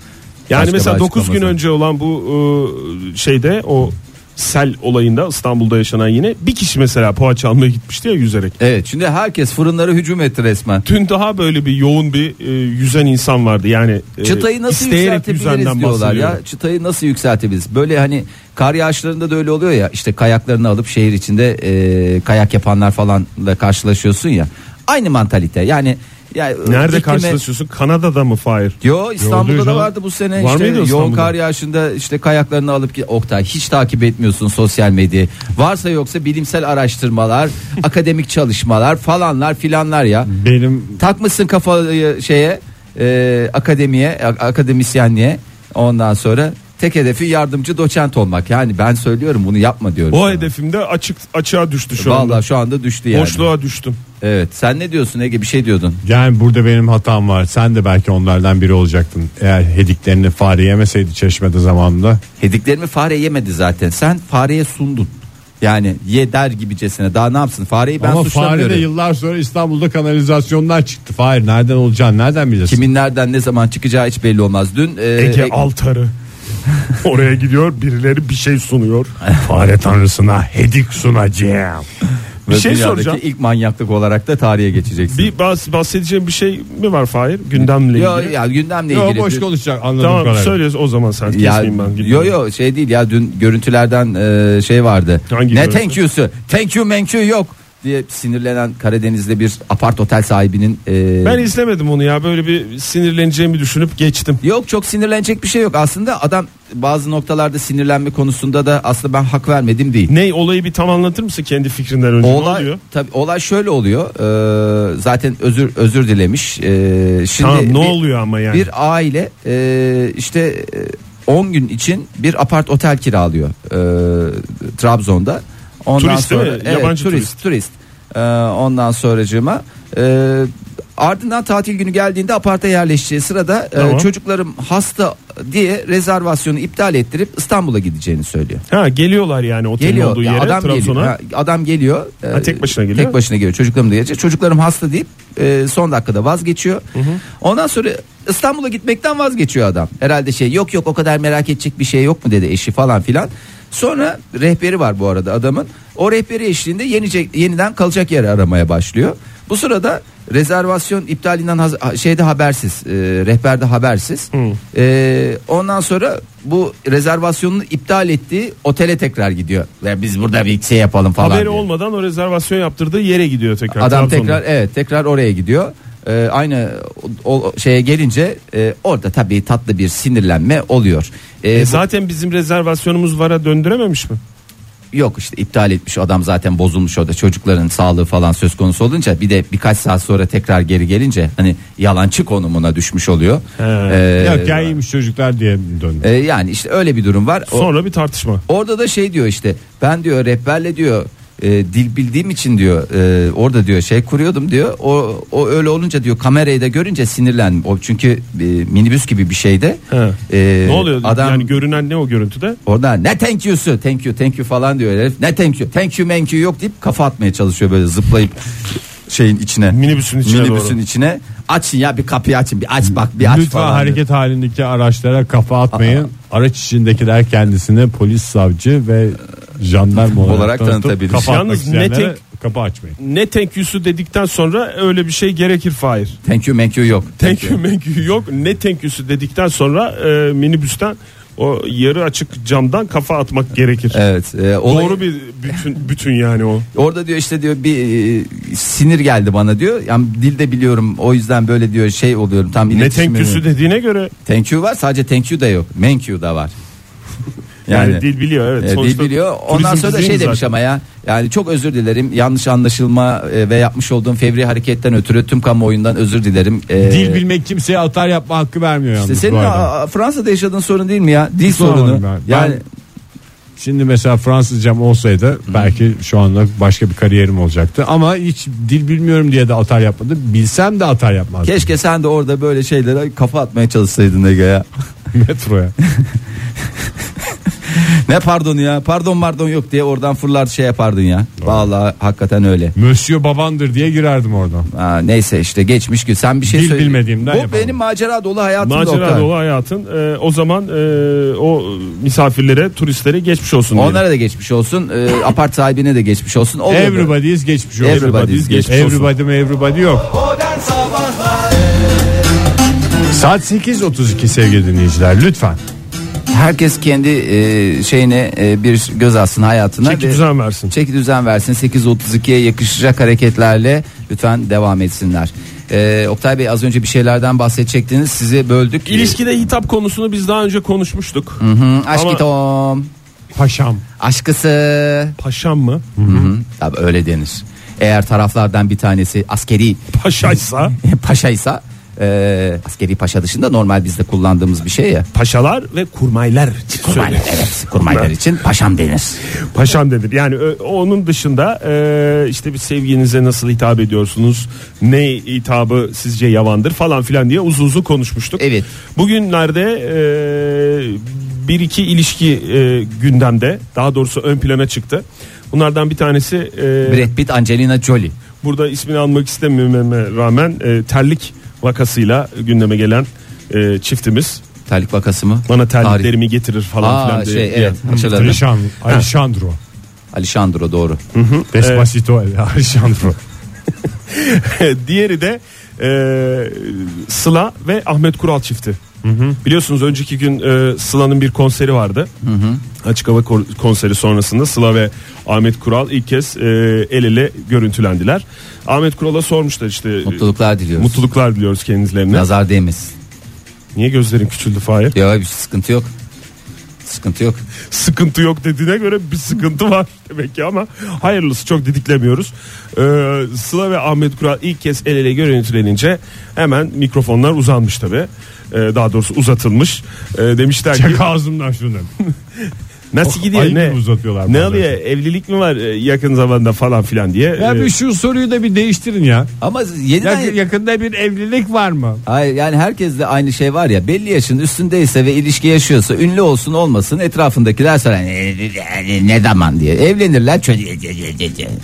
Speaker 4: Yani
Speaker 3: Başka
Speaker 4: mesela
Speaker 3: bir
Speaker 4: 9 gün
Speaker 3: açıklaması.
Speaker 4: önce olan bu e, şeyde o sel olayında İstanbul'da yaşanan yine bir kişi mesela poğaça almaya gitmişti ya yüzerek.
Speaker 3: Evet şimdi herkes fırınlara hücum etti resmen.
Speaker 4: Dün daha böyle bir yoğun bir e, yüzen insan vardı yani. e,
Speaker 3: Çıtayı nasıl
Speaker 4: isteyerek
Speaker 3: yükseltebiliriz
Speaker 4: yüzenden
Speaker 3: diyorlar ya.
Speaker 4: bahsediyorum.
Speaker 3: Çıtayı nasıl yükseltebiliriz? Böyle hani kar yağışlarında da öyle oluyor ya. İşte kayaklarını alıp şehir içinde e, kayak yapanlar falan da karşılaşıyorsun ya. Aynı mantalite. Yani, yani
Speaker 4: Nerede
Speaker 3: iklime-
Speaker 4: karşılaşıyorsun? Kanada'da mı Fahir?
Speaker 3: Yo İstanbul'da
Speaker 4: Yolda
Speaker 3: da
Speaker 4: canım.
Speaker 3: vardı bu sene
Speaker 4: Var
Speaker 3: işte
Speaker 4: mıydı
Speaker 3: yoğun
Speaker 4: İstanbul'da?
Speaker 3: kar yağışında işte kayaklarını alıp ki Oktay hiç takip etmiyorsun sosyal medyayı. Varsa yoksa bilimsel araştırmalar, akademik çalışmalar falanlar filanlar ya.
Speaker 2: Benim
Speaker 3: Takmışsın kafayı şeye e, akademiye a- akademisyenliğe ondan sonra tek hedefi yardımcı doçent olmak. Yani ben söylüyorum bunu yapma diyorum.
Speaker 4: O
Speaker 3: sana.
Speaker 4: hedefimde açık açığa düştü şu
Speaker 3: Vallahi
Speaker 4: anda.
Speaker 3: şu anda düştü yani.
Speaker 4: Boşluğa düştüm.
Speaker 3: Evet. Sen ne diyorsun Ege bir şey diyordun.
Speaker 5: Yani burada benim hatam var. Sen de belki onlardan biri olacaktın. Eğer hediklerini fare yemeseydi çeşmede zamanında.
Speaker 3: Hediklerimi fare yemedi zaten. Sen fareye sundun. Yani ye der gibicesine daha ne yapsın fareyi ben
Speaker 5: Ama
Speaker 3: suçlamıyorum.
Speaker 5: fare de yıllar sonra İstanbul'da kanalizasyondan çıktı. Fare nereden olacağını nereden bilirsin?
Speaker 3: Kimin nereden ne zaman çıkacağı hiç belli olmaz. Dün e,
Speaker 4: Ege
Speaker 3: Ege-
Speaker 4: Altarı. Oraya gidiyor birileri bir şey sunuyor.
Speaker 5: Fare tanrısına hedik sunacağım.
Speaker 3: ve
Speaker 4: bir şey
Speaker 3: dünyadaki
Speaker 4: soracağım.
Speaker 3: ilk manyaklık olarak da tarihe geçeceksin.
Speaker 4: Bir bahs- bahsedeceğim bir şey mi var Fahir? Gündemle ilgili.
Speaker 3: Yo, ya gündemle
Speaker 5: Yo,
Speaker 3: ilgili.
Speaker 5: boş
Speaker 3: Dün-
Speaker 5: konuşacak anladım
Speaker 4: tamam söyleriz o zaman sen
Speaker 3: Ya,
Speaker 4: kesmeyeyim ben.
Speaker 3: yo yo şey değil ya dün görüntülerden e, şey vardı.
Speaker 4: Hangi
Speaker 3: ne
Speaker 4: görüntü?
Speaker 3: thank you'su? Thank you thank you yok diye sinirlenen Karadeniz'de bir apart otel sahibinin e,
Speaker 4: Ben izlemedim onu ya böyle bir sinirleneceğimi düşünüp geçtim.
Speaker 3: Yok çok sinirlenecek bir şey yok. Aslında adam bazı noktalarda sinirlenme konusunda da aslında ben hak vermedim değil.
Speaker 4: Ne olayı bir tam anlatır mısın kendi fikrinden önce? ne
Speaker 3: Olay
Speaker 4: oluyor?
Speaker 3: tabii olay şöyle oluyor. Ee, zaten özür özür dilemiş. Ee, şimdi
Speaker 4: Tamam ne
Speaker 3: bir,
Speaker 4: oluyor ama yani?
Speaker 3: bir aile e, işte e, 10 gün için bir apart otel kiralıyor e, Trabzon'da. Ondan
Speaker 4: Turist değil
Speaker 3: sonra
Speaker 4: mi? Yabancı
Speaker 3: turist. turist. Ee, ondan sonracığıma e, ardından tatil günü geldiğinde aparta yerleşeceği sırada e,
Speaker 4: Tamam.
Speaker 3: çocuklarım hasta diye rezervasyonu iptal ettirip İstanbul'a gideceğini söylüyor.
Speaker 4: Ha geliyorlar yani otelin
Speaker 3: Geliyor
Speaker 4: olduğu
Speaker 3: ya
Speaker 4: yere
Speaker 3: adam
Speaker 4: Trabzon'a.
Speaker 3: geliyor. Ha, adam geliyor. Ee,
Speaker 4: Ha, tek başına geliyor.
Speaker 3: Tek başına geliyor. Çocuklarım da gelecek. Çocuklarım hasta deyip e, son dakikada vazgeçiyor. Ondan sonra İstanbul'a gitmekten vazgeçiyor adam. Herhalde şey yok yok o kadar merak edecek bir şey yok mu dedi eşi falan filan. Sonra rehberi var bu arada adamın. O rehberi eşliğinde yenecek, yeniden kalacak yer aramaya başlıyor. Bu sırada rezervasyon iptalinden haz- ha- şeyde habersiz, e, rehberde habersiz. E, ondan sonra bu rezervasyonunu iptal ettiği otele tekrar gidiyor. Ya biz burada bir şey yapalım falan.
Speaker 4: Haberi
Speaker 3: diye.
Speaker 4: olmadan o rezervasyon yaptırdığı yere gidiyor tekrar.
Speaker 3: Adam
Speaker 4: Trabzon'da.
Speaker 3: tekrar evet tekrar oraya gidiyor. Ee, aynı o, o şeye gelince e, orada tabii tatlı bir sinirlenme oluyor. Ee,
Speaker 4: E,
Speaker 3: bu-
Speaker 4: zaten bizim rezervasyonumuz vara döndürememiş mi?
Speaker 3: yok işte iptal etmiş adam zaten bozulmuş orada çocukların sağlığı falan söz konusu olunca bir de birkaç saat sonra tekrar geri gelince hani yalancı konumuna düşmüş oluyor. Ee,
Speaker 5: Yok ya iyiymiş çocuklar diye döndü.
Speaker 3: e, yani işte öyle bir durum var. O-
Speaker 4: Sonra bir tartışma.
Speaker 3: Orada da şey diyor işte ben diyor rehberle diyor e, dil bildiğim için diyor e, orada diyor şey kuruyordum diyor. O, o öyle olunca diyor kamerayı da görünce sinirlendim. O çünkü e, minibüs gibi bir şeyde.
Speaker 4: He.
Speaker 3: e,
Speaker 4: ne oluyor?
Speaker 3: Adam
Speaker 4: Yani görünen ne o görüntüde?
Speaker 3: orada ne thank you'su thank you thank you falan diyor herif. Ne thank you thank you thank you yok deyip kafa atmaya çalışıyor böyle zıplayıp şeyin içine.
Speaker 4: Minibüsün içine
Speaker 3: Minibüsün
Speaker 4: doğru.
Speaker 3: içine. Açın ya bir kapıyı açın bir aç bak bir aç
Speaker 5: Lütfen
Speaker 3: falan. diyor.
Speaker 5: hareket halindeki araçlara kafa atmayın. Araç içindekiler kendisini polis, savcı ve jandarma olarak,
Speaker 3: Olarak
Speaker 5: tanıtıp
Speaker 3: tanıtabilir.
Speaker 5: Kafa
Speaker 4: Yalnız
Speaker 5: Yalnız ne
Speaker 4: ne
Speaker 5: kapı açmayın.
Speaker 4: Ne thank you'su dedikten sonra öyle bir şey gerekir Fahir.
Speaker 3: Thank you thank you yok.
Speaker 4: Thank you thank you yok. Ne thank you'su dedikten sonra e, minibüsten o yarı açık camdan kafa atmak gerekir.
Speaker 3: Evet. e, olayı-
Speaker 4: Doğru bir bütün bütün yani o.
Speaker 3: Orada diyor işte diyor bir e, sinir geldi bana diyor. Yani dilde biliyorum o yüzden böyle diyor şey oluyorum tam
Speaker 4: Ne
Speaker 3: iletişim.
Speaker 4: thank you'su dediğine göre
Speaker 3: Thank you var sadece thank you da yok. Thank you da var.
Speaker 4: yani,
Speaker 3: Yani,
Speaker 4: dil biliyor
Speaker 3: e,
Speaker 4: evet.
Speaker 3: dil
Speaker 4: Sonuçta
Speaker 3: biliyor. Ondan
Speaker 4: turizm
Speaker 3: sonra da
Speaker 4: turizm
Speaker 3: şey demiş
Speaker 4: zaten.
Speaker 3: ama ya. Yani çok özür dilerim. Yanlış anlaşılma e, ve yapmış olduğum fevri hareketten ötürü tüm kamuoyundan özür dilerim. E,
Speaker 5: Dil bilmek kimseye atar yapma hakkı vermiyor yalnız.
Speaker 3: işte
Speaker 5: bu
Speaker 3: senin
Speaker 5: arada.
Speaker 3: a- a- Fransa'da yaşadığın sorun değil mi ya? Dil
Speaker 5: Sorun
Speaker 3: sorunu.
Speaker 5: ben.
Speaker 3: Yani
Speaker 5: Ben- Şimdi mesela Fransızcam olsaydı belki şu anda başka bir kariyerim olacaktı. Ama hiç dil bilmiyorum diye de atar yapmadım. Bilsem de atar yapmazdım.
Speaker 3: keşke sen de orada böyle şeylere kafa atmaya çalışsaydın Ege ya.
Speaker 5: Metroya.
Speaker 3: Ne pardon ya pardon pardon yok diye oradan fırlar şey yapardın ya. Vallahi hakikaten öyle.
Speaker 5: Monsieur babandır diye girerdim oradan.
Speaker 3: Aa, neyse işte geçmiş gün sen bir şey
Speaker 5: Dil
Speaker 3: söyle.
Speaker 5: bilmediğimden
Speaker 3: Bu
Speaker 5: yapamam.
Speaker 3: benim macera dolu hayatım
Speaker 4: Macera
Speaker 3: Oktay.
Speaker 4: dolu hayatın. e, o zaman e, o misafirlere, turistlere geçmiş olsun. diyelim.
Speaker 3: Onlara da geçmiş olsun. e, apart sahibine de geçmiş olsun. Olur.
Speaker 5: Everybody's geçmiş olsun.
Speaker 3: Everybody's geçmiş olsun.
Speaker 5: Everybody mi everybody yok. Saat 8.32 sevgili dinleyiciler lütfen.
Speaker 3: Herkes kendi e, şeyine e, bir göz alsın hayatına.
Speaker 4: Çeki
Speaker 3: ve-
Speaker 4: düzen versin.
Speaker 3: Çeki düzen versin. 8.32'ye yakışacak hareketlerle lütfen devam etsinler. E, Oktay Bey az önce bir şeylerden bahsedecektiniz. Sizi böldük.
Speaker 4: İlişkide hitap konusunu biz daha önce konuşmuştuk.
Speaker 3: Hı, aşk
Speaker 4: Ama-
Speaker 3: itom.
Speaker 5: Paşam.
Speaker 3: Aşkısı.
Speaker 4: Paşam mı?
Speaker 3: Tabii öyle denir. Eğer taraflardan bir tanesi askeri
Speaker 4: Paşaysa
Speaker 3: paşaysa e, askeri paşa dışında normal bizde kullandığımız bir şey ya.
Speaker 4: Paşalar ve kurmaylar.
Speaker 3: Kurmaylar
Speaker 4: söylüyor.
Speaker 3: evet kurmaylar için paşam denir.
Speaker 4: Paşam denir. Yani ö- onun dışında e, işte bir sevginize nasıl hitap ediyorsunuz? Ne hitabı sizce yavandır falan filan diye uzun uzun konuşmuştuk.
Speaker 3: Evet.
Speaker 4: Bugünlerde e, bir iki ilişki e, gündemde daha doğrusu ön plana çıktı. Bunlardan bir tanesi e,
Speaker 3: Brad Pitt Angelina Jolie.
Speaker 4: burada ismini almak istemememe rağmen e, terlik vakasıyla gündeme gelen e, çiftimiz.
Speaker 3: Terlik vakası mı?
Speaker 4: Bana
Speaker 3: Tarih.
Speaker 4: terliklerimi getirir falan
Speaker 3: Aa,
Speaker 4: filan diye.
Speaker 3: şey,
Speaker 4: diye.
Speaker 3: evet, hatırladım.
Speaker 5: Alişan, Alişandro.
Speaker 3: Alişandro doğru.
Speaker 5: Despacito Alişandro.
Speaker 4: Diğeri de e, Sıla ve Ahmet Kural çifti. Biliyorsunuz önceki gün e, Sıla'nın bir konseri vardı. Açık hava kor- konseri sonrasında Sıla ve Ahmet Kural ilk kez e, el ele görüntülendiler. Ahmet Kural'a sormuşlar işte
Speaker 3: Mutluluklar diliyoruz.
Speaker 4: mutluluklar diliyoruz kendilerine.
Speaker 3: Nazar değmesin.
Speaker 4: Niye gözlerin küçüldü Fahir?
Speaker 3: Ya bir sıkıntı yok. Sıkıntı yok.
Speaker 4: sıkıntı yok dediğine göre bir sıkıntı var demek ki ama hayırlısı çok didiklemiyoruz. Ee, Sıla ve Ahmet Kural ilk kez el ele görüntülenince hemen mikrofonlar uzanmış tabi. daha doğrusu uzatılmış. Ee, demişler ki
Speaker 5: Çak ağzımdan şunu.
Speaker 4: nasıl gidiyor
Speaker 5: Ayıp
Speaker 4: ne?
Speaker 5: gibi uzatıyorlar.
Speaker 4: Ne
Speaker 5: bazen.
Speaker 4: alıyor evlilik mi var e, yakın zamanda falan filan diye.
Speaker 5: Ya
Speaker 4: Ee,
Speaker 5: bir şu soruyu da bir değiştirin ya.
Speaker 3: Ama
Speaker 5: Ya
Speaker 3: yeniden...
Speaker 5: yakında bir evlilik var mı?
Speaker 3: Hayır yani herkeste aynı şey var ya belli yaşın üstündeyse ve ilişki yaşıyorsa ünlü olsun olmasın etrafındakiler sorar "E, ne zaman diye evlenirler e, çocuk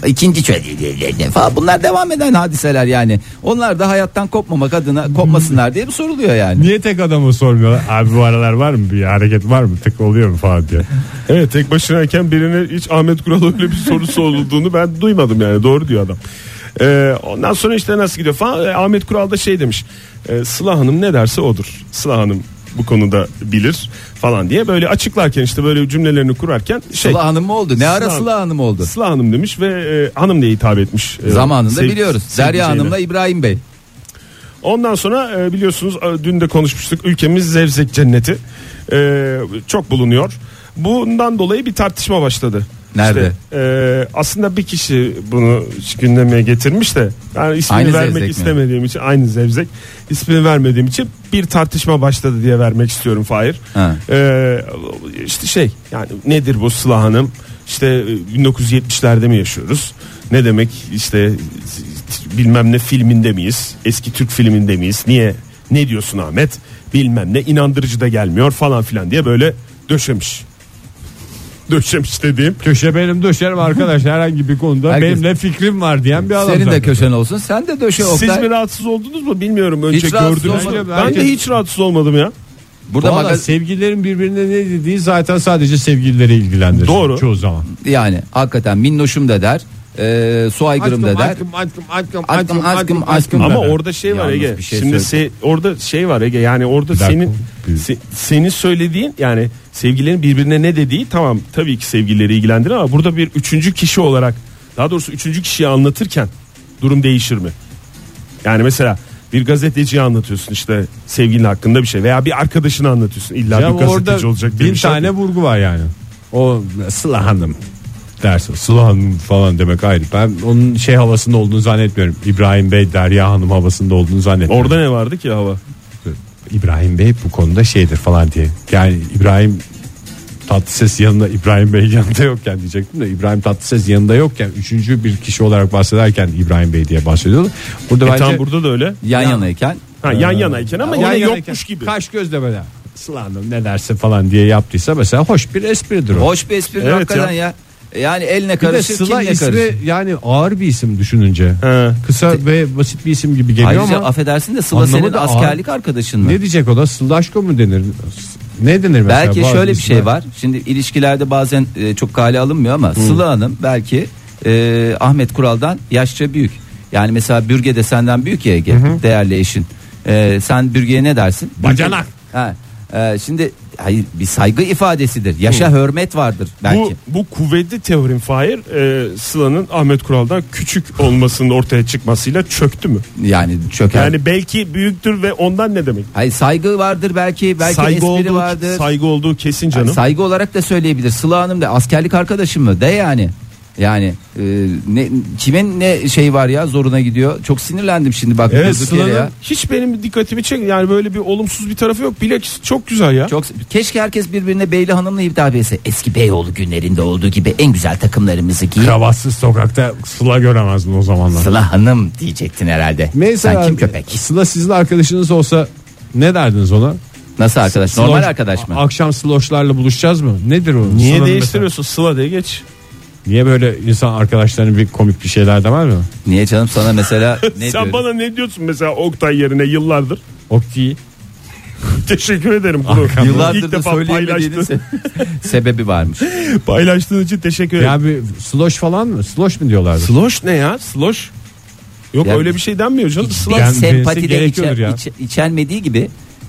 Speaker 3: ikinci e, çocuk falan bunlar devam eden hadiseler yani onlar da hayattan kopmamak adına kopmasınlar diye bir soruluyor yani.
Speaker 5: Niye tek adama sormuyorlar? Abi bu aralar var mı? Bir hareket var mı? Tık oluyor mu falan diye.
Speaker 4: Evet tek başınayken birine hiç Ahmet Kural öyle bir soru sorulduğunu ben duymadım yani doğru diyor adam. Ee, ondan sonra işte nasıl gidiyor falan Ee, Ahmet Kural da şey demiş Ee, Sıla Hanım ne derse odur Sıla Hanım bu konuda bilir falan diye böyle açıklarken işte böyle cümlelerini kurarken şey
Speaker 3: Sıla Hanım mı oldu? Ne ara
Speaker 4: Sıla-
Speaker 3: Sıla Hanım oldu?
Speaker 4: Sıla Hanım demiş ve e, hanım diye hitap etmiş. e,
Speaker 3: Zamanında
Speaker 4: sev-
Speaker 3: biliyoruz. Derya
Speaker 4: sevdiceğine.
Speaker 3: Hanım'la İbrahim Bey.
Speaker 4: Ondan sonra e, biliyorsunuz e, dün de konuşmuştuk ülkemiz zevzek cenneti E, çok bulunuyor. Bundan dolayı bir tartışma başladı.
Speaker 3: Nerede?
Speaker 4: İşte, e, aslında bir kişi bunu gündeme getirmiş de yani ismini
Speaker 3: Aynı zevzek
Speaker 4: vermek
Speaker 3: mi?
Speaker 4: istemediğim için aynı zevzek ismini vermediğim için bir tartışma başladı diye vermek istiyorum Fahir.
Speaker 3: Ha.
Speaker 4: E, işte şey yani nedir bu Sıla Hanım? İşte e, 1970'lerde mi yaşıyoruz? Ne demek işte bilmem ne filminde miyiz? Eski Türk filminde miyiz? Niye? Ne diyorsun Ahmet? Bilmem ne inandırıcı da gelmiyor falan filan diye böyle döşemiş. Döşemiş dediğim
Speaker 5: Köşe benim döşerim arkadaş herhangi bir konuda
Speaker 3: Herkes-
Speaker 5: benim ne fikrim var diyen bir adam.
Speaker 3: Senin de
Speaker 5: zaten.
Speaker 3: köşen olsun. Sen de döşe
Speaker 4: Siz
Speaker 3: Şey, Oktay.
Speaker 4: mi rahatsız oldunuz mu bilmiyorum önce
Speaker 3: Hiç rahatsız
Speaker 4: gördünüz mü?
Speaker 3: olmadım.
Speaker 4: Ben de hiç rahatsız olmadım ya.
Speaker 3: Burada
Speaker 5: Valla
Speaker 3: magaz-
Speaker 5: sevgililerin birbirine ne dediği zaten sadece sevgilileri ilgilendirir.
Speaker 4: Doğru.
Speaker 5: Çoğu zaman.
Speaker 3: yani hakikaten minnoşum da der. E, su aygırım da der.
Speaker 5: aşkım aşkım aşkım
Speaker 3: Aşkım, aşkım, aşkım.
Speaker 4: Ama
Speaker 5: da der.
Speaker 4: orada şey var
Speaker 3: Yalnız
Speaker 4: Ege.
Speaker 3: bir şey
Speaker 4: Şimdi se- orada şey var Ege. Yani orada
Speaker 5: dakika.
Speaker 4: senin
Speaker 5: Bir-
Speaker 4: se- senin söylediğin yani sevgililerin birbirine ne dediği tamam tabii ki sevgilileri ilgilendirir ama burada bir üçüncü kişi olarak daha doğrusu üçüncü kişiye anlatırken durum değişir mi? Yani mesela bir gazeteciye anlatıyorsun işte sevgilin hakkında bir şey veya bir arkadaşına anlatıyorsun. İlla
Speaker 5: Ya
Speaker 4: bir gazeteci
Speaker 5: orada
Speaker 4: olacak diye
Speaker 5: bin
Speaker 4: bir şey
Speaker 5: tane
Speaker 4: yok.
Speaker 5: vurgu var yani. O Sıla Hanım dersin. Sıla Hanım falan demek ayrı. Ben onun şey havasında olduğunu zannetmiyorum. İbrahim Bey Derya Hanım havasında olduğunu zannetmiyorum.
Speaker 4: Orada ne vardı ki hava? E,
Speaker 5: İbrahim Bey bu konuda şeydir falan diye. Yani İbrahim Tatlıses yanında İbrahim Bey yanında yokken diyecektim de İbrahim Tatlıses yanında yokken üçüncü bir kişi olarak bahsederken İbrahim Bey diye bahsediyordu. Burada
Speaker 4: E
Speaker 5: bence
Speaker 4: tam burada da öyle.
Speaker 3: Yan yanayken
Speaker 4: Ha, yan
Speaker 5: Ee,
Speaker 4: yanayken ama
Speaker 5: Ona
Speaker 4: yani
Speaker 5: gereken
Speaker 4: yokmuş gibi.
Speaker 5: Kaş gözle böyle. Sıla Hanım ne derse falan diye yaptıysa mesela hoş bir espridir o.
Speaker 3: Hoş bir espri
Speaker 4: Evet
Speaker 3: hakikaten
Speaker 4: ya.
Speaker 3: ya. Yani eline
Speaker 5: Bir de
Speaker 3: karışır,
Speaker 5: Sıla
Speaker 3: kimle
Speaker 5: ismi
Speaker 3: karışır.
Speaker 5: yani ağır bir isim düşününce.
Speaker 4: He.
Speaker 5: Kısa ve basit bir isim gibi geliyor
Speaker 3: Ayrıca
Speaker 5: ama
Speaker 3: affedersin de Sıla
Speaker 5: anlamı
Speaker 3: senin
Speaker 5: da ağır.
Speaker 3: askerlik arkadaşın mı?
Speaker 5: ne diyecek o da Sılaşko mu denir? Ne denir mesela?
Speaker 3: belki
Speaker 5: Bazı
Speaker 3: şöyle bir
Speaker 5: isimler.
Speaker 3: şey var. Şimdi ilişkilerde bazen e, çok kale alınmıyor ama Sıla Hanım belki e, Ahmet Kural'dan yaşça büyük. Yani mesela Bürge de senden büyük ya Ege, değerli eşin. E, sen Bürge'ye ne dersin?
Speaker 5: Bacanak.
Speaker 3: Ha, e, şimdi hayır bir saygı ifadesidir. Yaşa hürmet vardır belki.
Speaker 4: Bu, bu kuvvetli teorim Fahir e, Sıla'nın Ahmet Kural'dan küçük olmasının ortaya çıkmasıyla çöktü mü?
Speaker 3: Yani çöker.
Speaker 4: Yani belki büyüktür ve ondan ne demek?
Speaker 3: Hayır saygı vardır belki, belki
Speaker 4: saygı
Speaker 3: espri
Speaker 4: olduğu,
Speaker 3: vardır.
Speaker 4: saygı olduğu kesin
Speaker 3: Yani
Speaker 4: canım.
Speaker 3: saygı olarak da söyleyebilir. Sıla Hanım da askerlik arkadaşım mı? De yani. Yani e, ne, kimin ne şey var ya zoruna gidiyor. Çok sinirlendim şimdi bak.
Speaker 4: Evet,
Speaker 3: durduk yere
Speaker 4: Sıla'nın
Speaker 3: ya.
Speaker 4: hiç benim dikkatimi çek yani böyle bir olumsuz bir tarafı yok. Bilakis çok güzel ya.
Speaker 3: Çok keşke herkes birbirine Beyli Hanım'la hitap etse. Eski Beyoğlu günlerinde olduğu gibi en güzel takımlarımızı giy.
Speaker 2: Kravatsız sokakta Sıla göremezdin o zamanlar.
Speaker 3: Sıla Hanım diyecektin herhalde.
Speaker 2: Mesela
Speaker 3: Sen kim köpek?
Speaker 2: Sıla sizin arkadaşınız olsa ne derdiniz ona?
Speaker 3: Nasıl arkadaş? Normal
Speaker 2: Sloş-
Speaker 3: arkadaş mı?
Speaker 2: Akşam sloşlarla buluşacağız mı? Nedir o?
Speaker 4: Niye
Speaker 2: Sıla'nın
Speaker 4: değiştiriyorsun Sıla diye geç.
Speaker 2: mesela- Niye böyle insan arkadaşlarının bir komik bir şeyler demez mi?
Speaker 3: Niye canım sana mesela ne
Speaker 4: Sen
Speaker 3: diyorum?
Speaker 4: bana ne diyorsun mesela Oktay yerine yıllardır?
Speaker 2: Okti.
Speaker 4: Teşekkür ederim bunu.
Speaker 3: Yıllardır da
Speaker 4: İlk defa
Speaker 3: söyleyemediğinin
Speaker 4: paylaştın.
Speaker 3: se- sebebi varmış.
Speaker 4: Paylaştığın için teşekkür ederim.
Speaker 2: Ya bir sloş falan mı? Sloş mu diyorlardı?
Speaker 4: Sloş ne ya? Sloş. Yok
Speaker 3: Ya-
Speaker 4: öyle bir şey denmiyor canım. Sloş.
Speaker 3: Ve
Speaker 2: Yani birisi
Speaker 3: sempati de
Speaker 2: gerekiyordur
Speaker 3: içer-
Speaker 2: ya.
Speaker 3: iç- içermediği gibi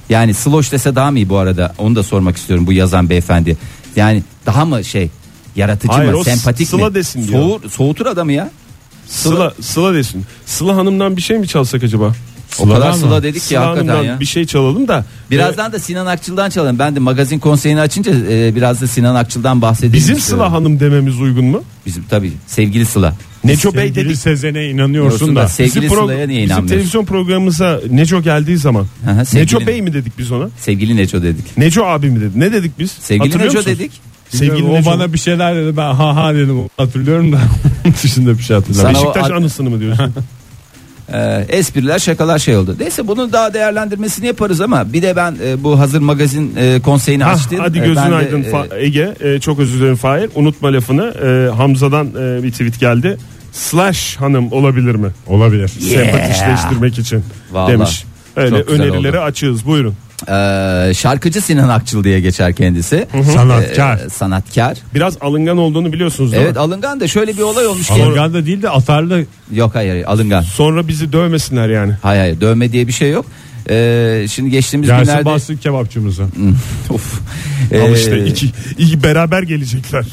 Speaker 3: yani sloş dese daha mı iyi bu arada? Onu da sormak istiyorum bu yazan beyefendi. Yani daha mı şey yaratıcı
Speaker 4: Hayır,
Speaker 3: mı?
Speaker 4: o
Speaker 3: Sempatik
Speaker 4: Sıla
Speaker 3: mi?
Speaker 4: desin diyor.
Speaker 3: Soğur, soğutur adamı ya.
Speaker 4: Sıla, Sıla desin. Sıla Hanım'dan bir şey mi çalsak acaba?
Speaker 3: O kadar
Speaker 2: mı?
Speaker 3: Sıla dedik
Speaker 4: Sıla
Speaker 3: ya hakikaten
Speaker 4: Hanım'dan
Speaker 3: ya.
Speaker 4: bir şey çalalım da. e,
Speaker 3: Birazdan da Sinan Akçıl'dan çalalım. Ben de magazin konseyini açınca e, biraz da Sinan Akçıl'dan bahsedeyim.
Speaker 4: Bizim
Speaker 3: istiyorum.
Speaker 4: Sıla Hanım dememiz uygun mu?
Speaker 3: Bizim tabii sevgili Sıla.
Speaker 4: Neco Bey
Speaker 2: Sevgili
Speaker 4: dedik.
Speaker 2: Sezen'e inanıyorsun da.
Speaker 3: sevgili
Speaker 4: Bizim pro-
Speaker 3: Sıla'ya niye
Speaker 4: bizim
Speaker 3: inanmıyorsun?
Speaker 4: televizyon programımıza Neco geldiği zaman.
Speaker 3: Hı hı, sevgili-
Speaker 4: Neco Bey mi dedik biz ona?
Speaker 3: Sevgili Neco dedik.
Speaker 4: Neco abi mi dedi? Ne dedik biz?
Speaker 3: Sevgili
Speaker 4: Hatırlıyor
Speaker 3: Neco
Speaker 4: musunuz?
Speaker 3: dedik.
Speaker 2: Sevgili
Speaker 4: Sevgili
Speaker 2: o
Speaker 4: Neco.
Speaker 2: bana bir şeyler dedi ben ha ha dedim hatırlıyorum da dışında bir şey hatırlamıyorum.
Speaker 3: Sana o
Speaker 4: Beşiktaş
Speaker 3: ad-
Speaker 4: anısını mı diyorsun?
Speaker 3: Ee, espriler şakalar şey oldu. Neyse bunun daha değerlendirmesini yaparız ama bir de ben e, bu hazır magazin e, konseyini
Speaker 4: Hah,
Speaker 3: açtın.
Speaker 4: Ah, hadi
Speaker 3: E,
Speaker 4: gözün
Speaker 3: ben de,
Speaker 4: aydın
Speaker 3: e,
Speaker 4: Fa- Ege. E, çok özür dilerim Fahir. Unutma lafını. E, Hamza'dan e, bir tweet geldi. Slash hanım olabilir mi?
Speaker 2: Olabilir.
Speaker 3: Yeah.
Speaker 4: Sempatikleştirmek için
Speaker 3: Vallahi.
Speaker 4: demiş. Öyle
Speaker 3: Çok güzel
Speaker 4: önerileri açığız. Buyurun.
Speaker 3: e, şarkıcı Sinan Akçıl diye geçer kendisi.
Speaker 2: Sanatkar.
Speaker 3: E, sanatkar.
Speaker 4: Biraz alıngan olduğunu biliyorsunuz değil
Speaker 3: Evet
Speaker 4: mi?
Speaker 3: alıngan da şöyle bir olay olmuş. ki-
Speaker 2: Alıngan da değil de atarlı
Speaker 3: Yok hayır alıngan.
Speaker 4: Sonra bizi dövmesinler yani.
Speaker 3: Hayır hayır dövme diye bir şey yok. Ee, şimdi geçtiğimiz
Speaker 2: Gelsin
Speaker 3: günlerde
Speaker 2: bassın kebapçımızı.
Speaker 3: Of.
Speaker 4: Al
Speaker 3: Ee,
Speaker 4: işte iki, iki beraber gelecekler.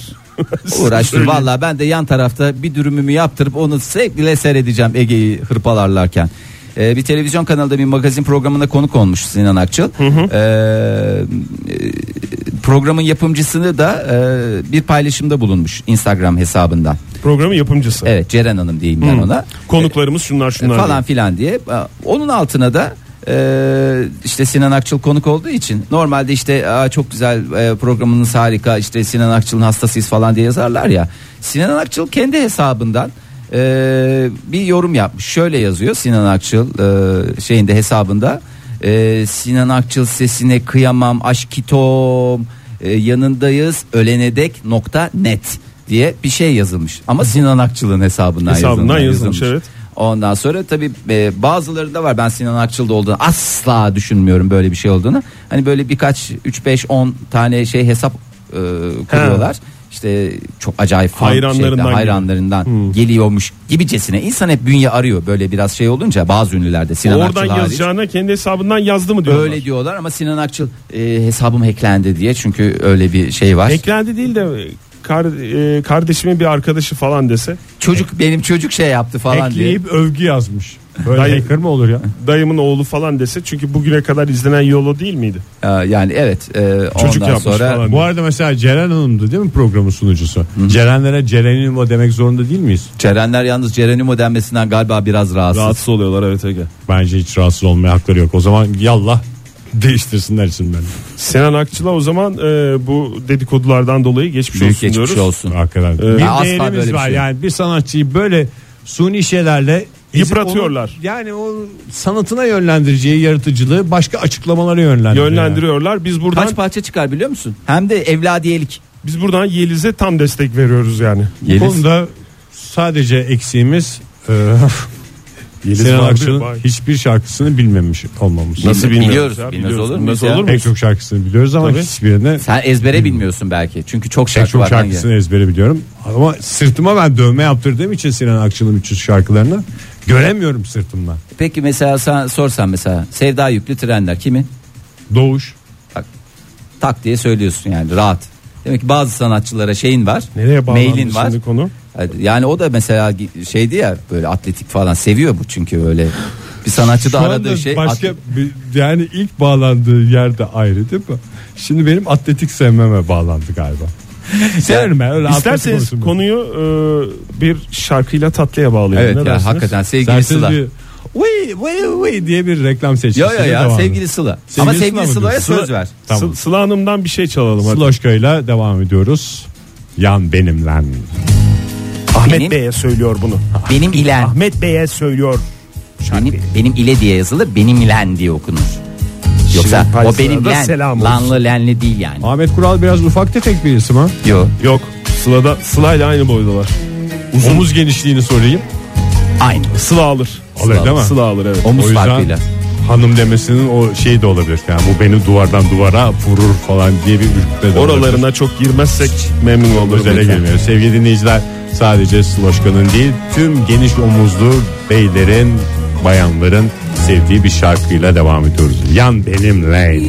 Speaker 3: uğraştır.
Speaker 4: Söyleyeyim.
Speaker 3: Valla ben de yan tarafta bir dürümümü yaptırıp onu sevgiyle seyredeceğim Ege'yi hırpalarlarken. Ee, bir televizyon kanalda bir magazin programına konuk olmuş Sinan Akçıl. Ee, e, programın yapımcısını da e, bir paylaşımda bulunmuş Instagram hesabından.
Speaker 4: Programın yapımcısı.
Speaker 3: Evet Ceren Hanım diyeyim ben ona.
Speaker 4: Konuklarımız şunlar şunlar.
Speaker 3: falan filan diye. Onun altına da e, işte Sinan Akçıl konuk olduğu için normalde işte Aa, çok güzel e, programınız harika işte Sinan Akçıl'ın hastasıyız falan diye yazarlar ya. Sinan Akçıl kendi hesabından e, bir yorum yapmış. Şöyle yazıyor Sinan Akçıl e, şeyinde hesabında. E, Sinan Akçıl sesine kıyamam aşkitom e, yanındayız ölene dek nokta net diye bir şey yazılmış. Ama Sinan Akçıl'ın hesabından,
Speaker 4: Hesabından yazılmış, evet.
Speaker 3: Ondan sonra tabii e, bazıları da var ben Sinan Akçıl'da olduğunu asla düşünmüyorum böyle bir şey olduğunu. Hani böyle birkaç 3 5 10 tane şey hesap e, kuruyorlar. İşte çok acayip fan
Speaker 4: Hayranlarından Hmm.
Speaker 3: şeyden,
Speaker 4: geliyor.
Speaker 3: hayranlarından geliyormuş gibicesine. İnsan hep bünye arıyor böyle biraz şey olunca bazı ünlülerde Sinan Akçıl
Speaker 4: Oradan
Speaker 3: hariç.
Speaker 4: yazacağına kendi hesabından yazdı mı diyorlar.
Speaker 3: Öyle diyorlar ama Sinan Akçıl e, hesabım hacklendi diye çünkü öyle bir şey var.
Speaker 4: Eklendi değil de kar- e, kardeşimin bir arkadaşı falan dese
Speaker 3: çocuk benim çocuk şey yaptı falan diye.
Speaker 2: Ekleyip övgü yazmış. Böyle
Speaker 4: Dayı-
Speaker 2: hacker mı olur ya?
Speaker 4: dayımın oğlu falan dese çünkü bugüne kadar izlenen yolu değil miydi?
Speaker 3: E, yani evet e,
Speaker 4: Çocuk
Speaker 3: ondan
Speaker 4: yapmış
Speaker 3: sonra
Speaker 4: falan.
Speaker 2: Bu arada mesela Ceren Hanım'dı değil mi programın sunucusu? Cerenlere Ceren'in o demek zorunda değil miyiz?
Speaker 3: Cerenler yalnız Cerenimo denmesinden galiba biraz rahatsız.
Speaker 4: oluyorlar evet Ege.
Speaker 2: Bence hiç rahatsız olmaya hakları yok. O zaman yallah değiştirsinler isimlerini.
Speaker 4: Sinan Akçıl'a o zaman e, bu dedikodulardan dolayı geçmiş
Speaker 3: Büyük
Speaker 4: olsun
Speaker 3: geçmiş
Speaker 4: diyoruz.
Speaker 3: olsun.
Speaker 2: Hakikaten.
Speaker 4: Ee,
Speaker 2: bir
Speaker 3: Ben asla böyle
Speaker 2: değerimiz
Speaker 3: bir
Speaker 2: var
Speaker 3: şey-
Speaker 2: yani bir sanatçıyı böyle suni şeylerle ezip
Speaker 4: Yıpratıyorlar.
Speaker 2: onu- yani o sanatına yönlendireceği yaratıcılığı başka açıklamalara yönlendiriyor.
Speaker 4: Yönlendiriyorlar. Biz buradan
Speaker 3: Kaç parça çıkar biliyor musun? Hem de evladiyelik.
Speaker 4: biz buradan Yeliz'e tam destek veriyoruz yani.
Speaker 2: Yani. Bu konuda sadece eksiğimiz e, Sinan
Speaker 4: vardı,
Speaker 2: Akçıl'ın
Speaker 4: vay.
Speaker 2: hiçbir şarkısını bilmemiş olmamız.
Speaker 4: Nasıl bilmiyoruz
Speaker 3: biliyoruz.
Speaker 4: ya,
Speaker 3: bilmez
Speaker 4: biliyoruz.
Speaker 3: olur muyuz
Speaker 4: Nasıl
Speaker 3: ya?
Speaker 4: olur Hmm. mu?
Speaker 2: Pek çok şarkısını biliyoruz ama
Speaker 4: Tabii.
Speaker 2: hiçbirine
Speaker 3: Sen ezbere bilmiyorsun belki. Çünkü çok
Speaker 2: pek
Speaker 3: şarkı
Speaker 2: çok
Speaker 3: var. hangi?
Speaker 2: şarkısını ezbere biliyorum. Ama sırtıma ben dövme yaptırdığım için Sinan Akçıl'ın 300 şarkılarını göremiyorum sırtımdan.
Speaker 3: Peki mesela sen sorsan mesela Sevda Yüklü Trenler kimi?
Speaker 2: Doğuş.
Speaker 3: Tak diye söylüyorsun yani rahat. Demek ki bazı sanatçılara şeyin var.
Speaker 4: Nereye bağlandı
Speaker 3: Mailin var.
Speaker 4: şimdi konu?
Speaker 3: Yani o da mesela gi- şeydi ya böyle atletik falan seviyor bu çünkü böyle bir sanatçı da
Speaker 2: Şu anda
Speaker 3: aradığı şey
Speaker 2: başka
Speaker 3: atlet-
Speaker 2: bir- yani ilk bağlandığı yerde ayrı değil mi? Şimdi benim atletik sevmeme bağlandı galiba. Severim ben öyle
Speaker 4: İsterseniz
Speaker 2: atletik olsun böyle.
Speaker 4: konuyu e, bir şarkıyla tatlıya bağlayalım.
Speaker 3: Evet
Speaker 4: Ne
Speaker 3: ya
Speaker 4: dersiniz?
Speaker 3: hakikaten sevgili
Speaker 2: İsterseniz
Speaker 3: Sıla.
Speaker 2: bir Vıy vıy vıy diye bir reklam seçkisi.
Speaker 3: Yo yo ya sevgili Sıla. Ama sevgili Sıla'ya söz ver.
Speaker 2: Tamam.
Speaker 4: Sı- Sıla Hanım'dan bir şey çalalım hadi.
Speaker 2: Sloşka'yla devam ediyoruz. Yan benimlen.
Speaker 4: Ahmet
Speaker 3: Benim-
Speaker 4: Bey'e söylüyor bunu.
Speaker 3: Benim ilen.
Speaker 4: Ahmet Bey'e söylüyor.
Speaker 3: Benim, benim ile diye yazılır benim ilen diye okunur. Yoksa
Speaker 4: Şimdi
Speaker 3: o benim
Speaker 4: Paysa'da
Speaker 3: len,
Speaker 4: selam olsun.
Speaker 3: lanlı lenli değil yani.
Speaker 2: Ahmet Kural biraz ufak tefek bir isim ha.
Speaker 3: Yok
Speaker 4: Yok. Sıla'da Sıla'yla aynı boydalar.
Speaker 2: Omuz genişliğini sorayım.
Speaker 3: aynı.
Speaker 4: Sıla alır.
Speaker 2: Alır değil mi?
Speaker 4: Sıla alır evet.
Speaker 3: Omuz
Speaker 2: O yüzden-
Speaker 3: farkıyla.
Speaker 2: Hanım demesinin o şeyi de olabilir. Yani bu beni duvardan duvara vurur falan diye bir ürkme de olabilir.
Speaker 4: Oralarına çok girmezsek memnun oluruz.
Speaker 2: özele girmiyor. Sevgili dinleyiciler sadece Sloşka'nın değil tüm geniş omuzlu beylerin bayanların sevdiği bir şarkıyla devam ediyoruz. Yan benimle.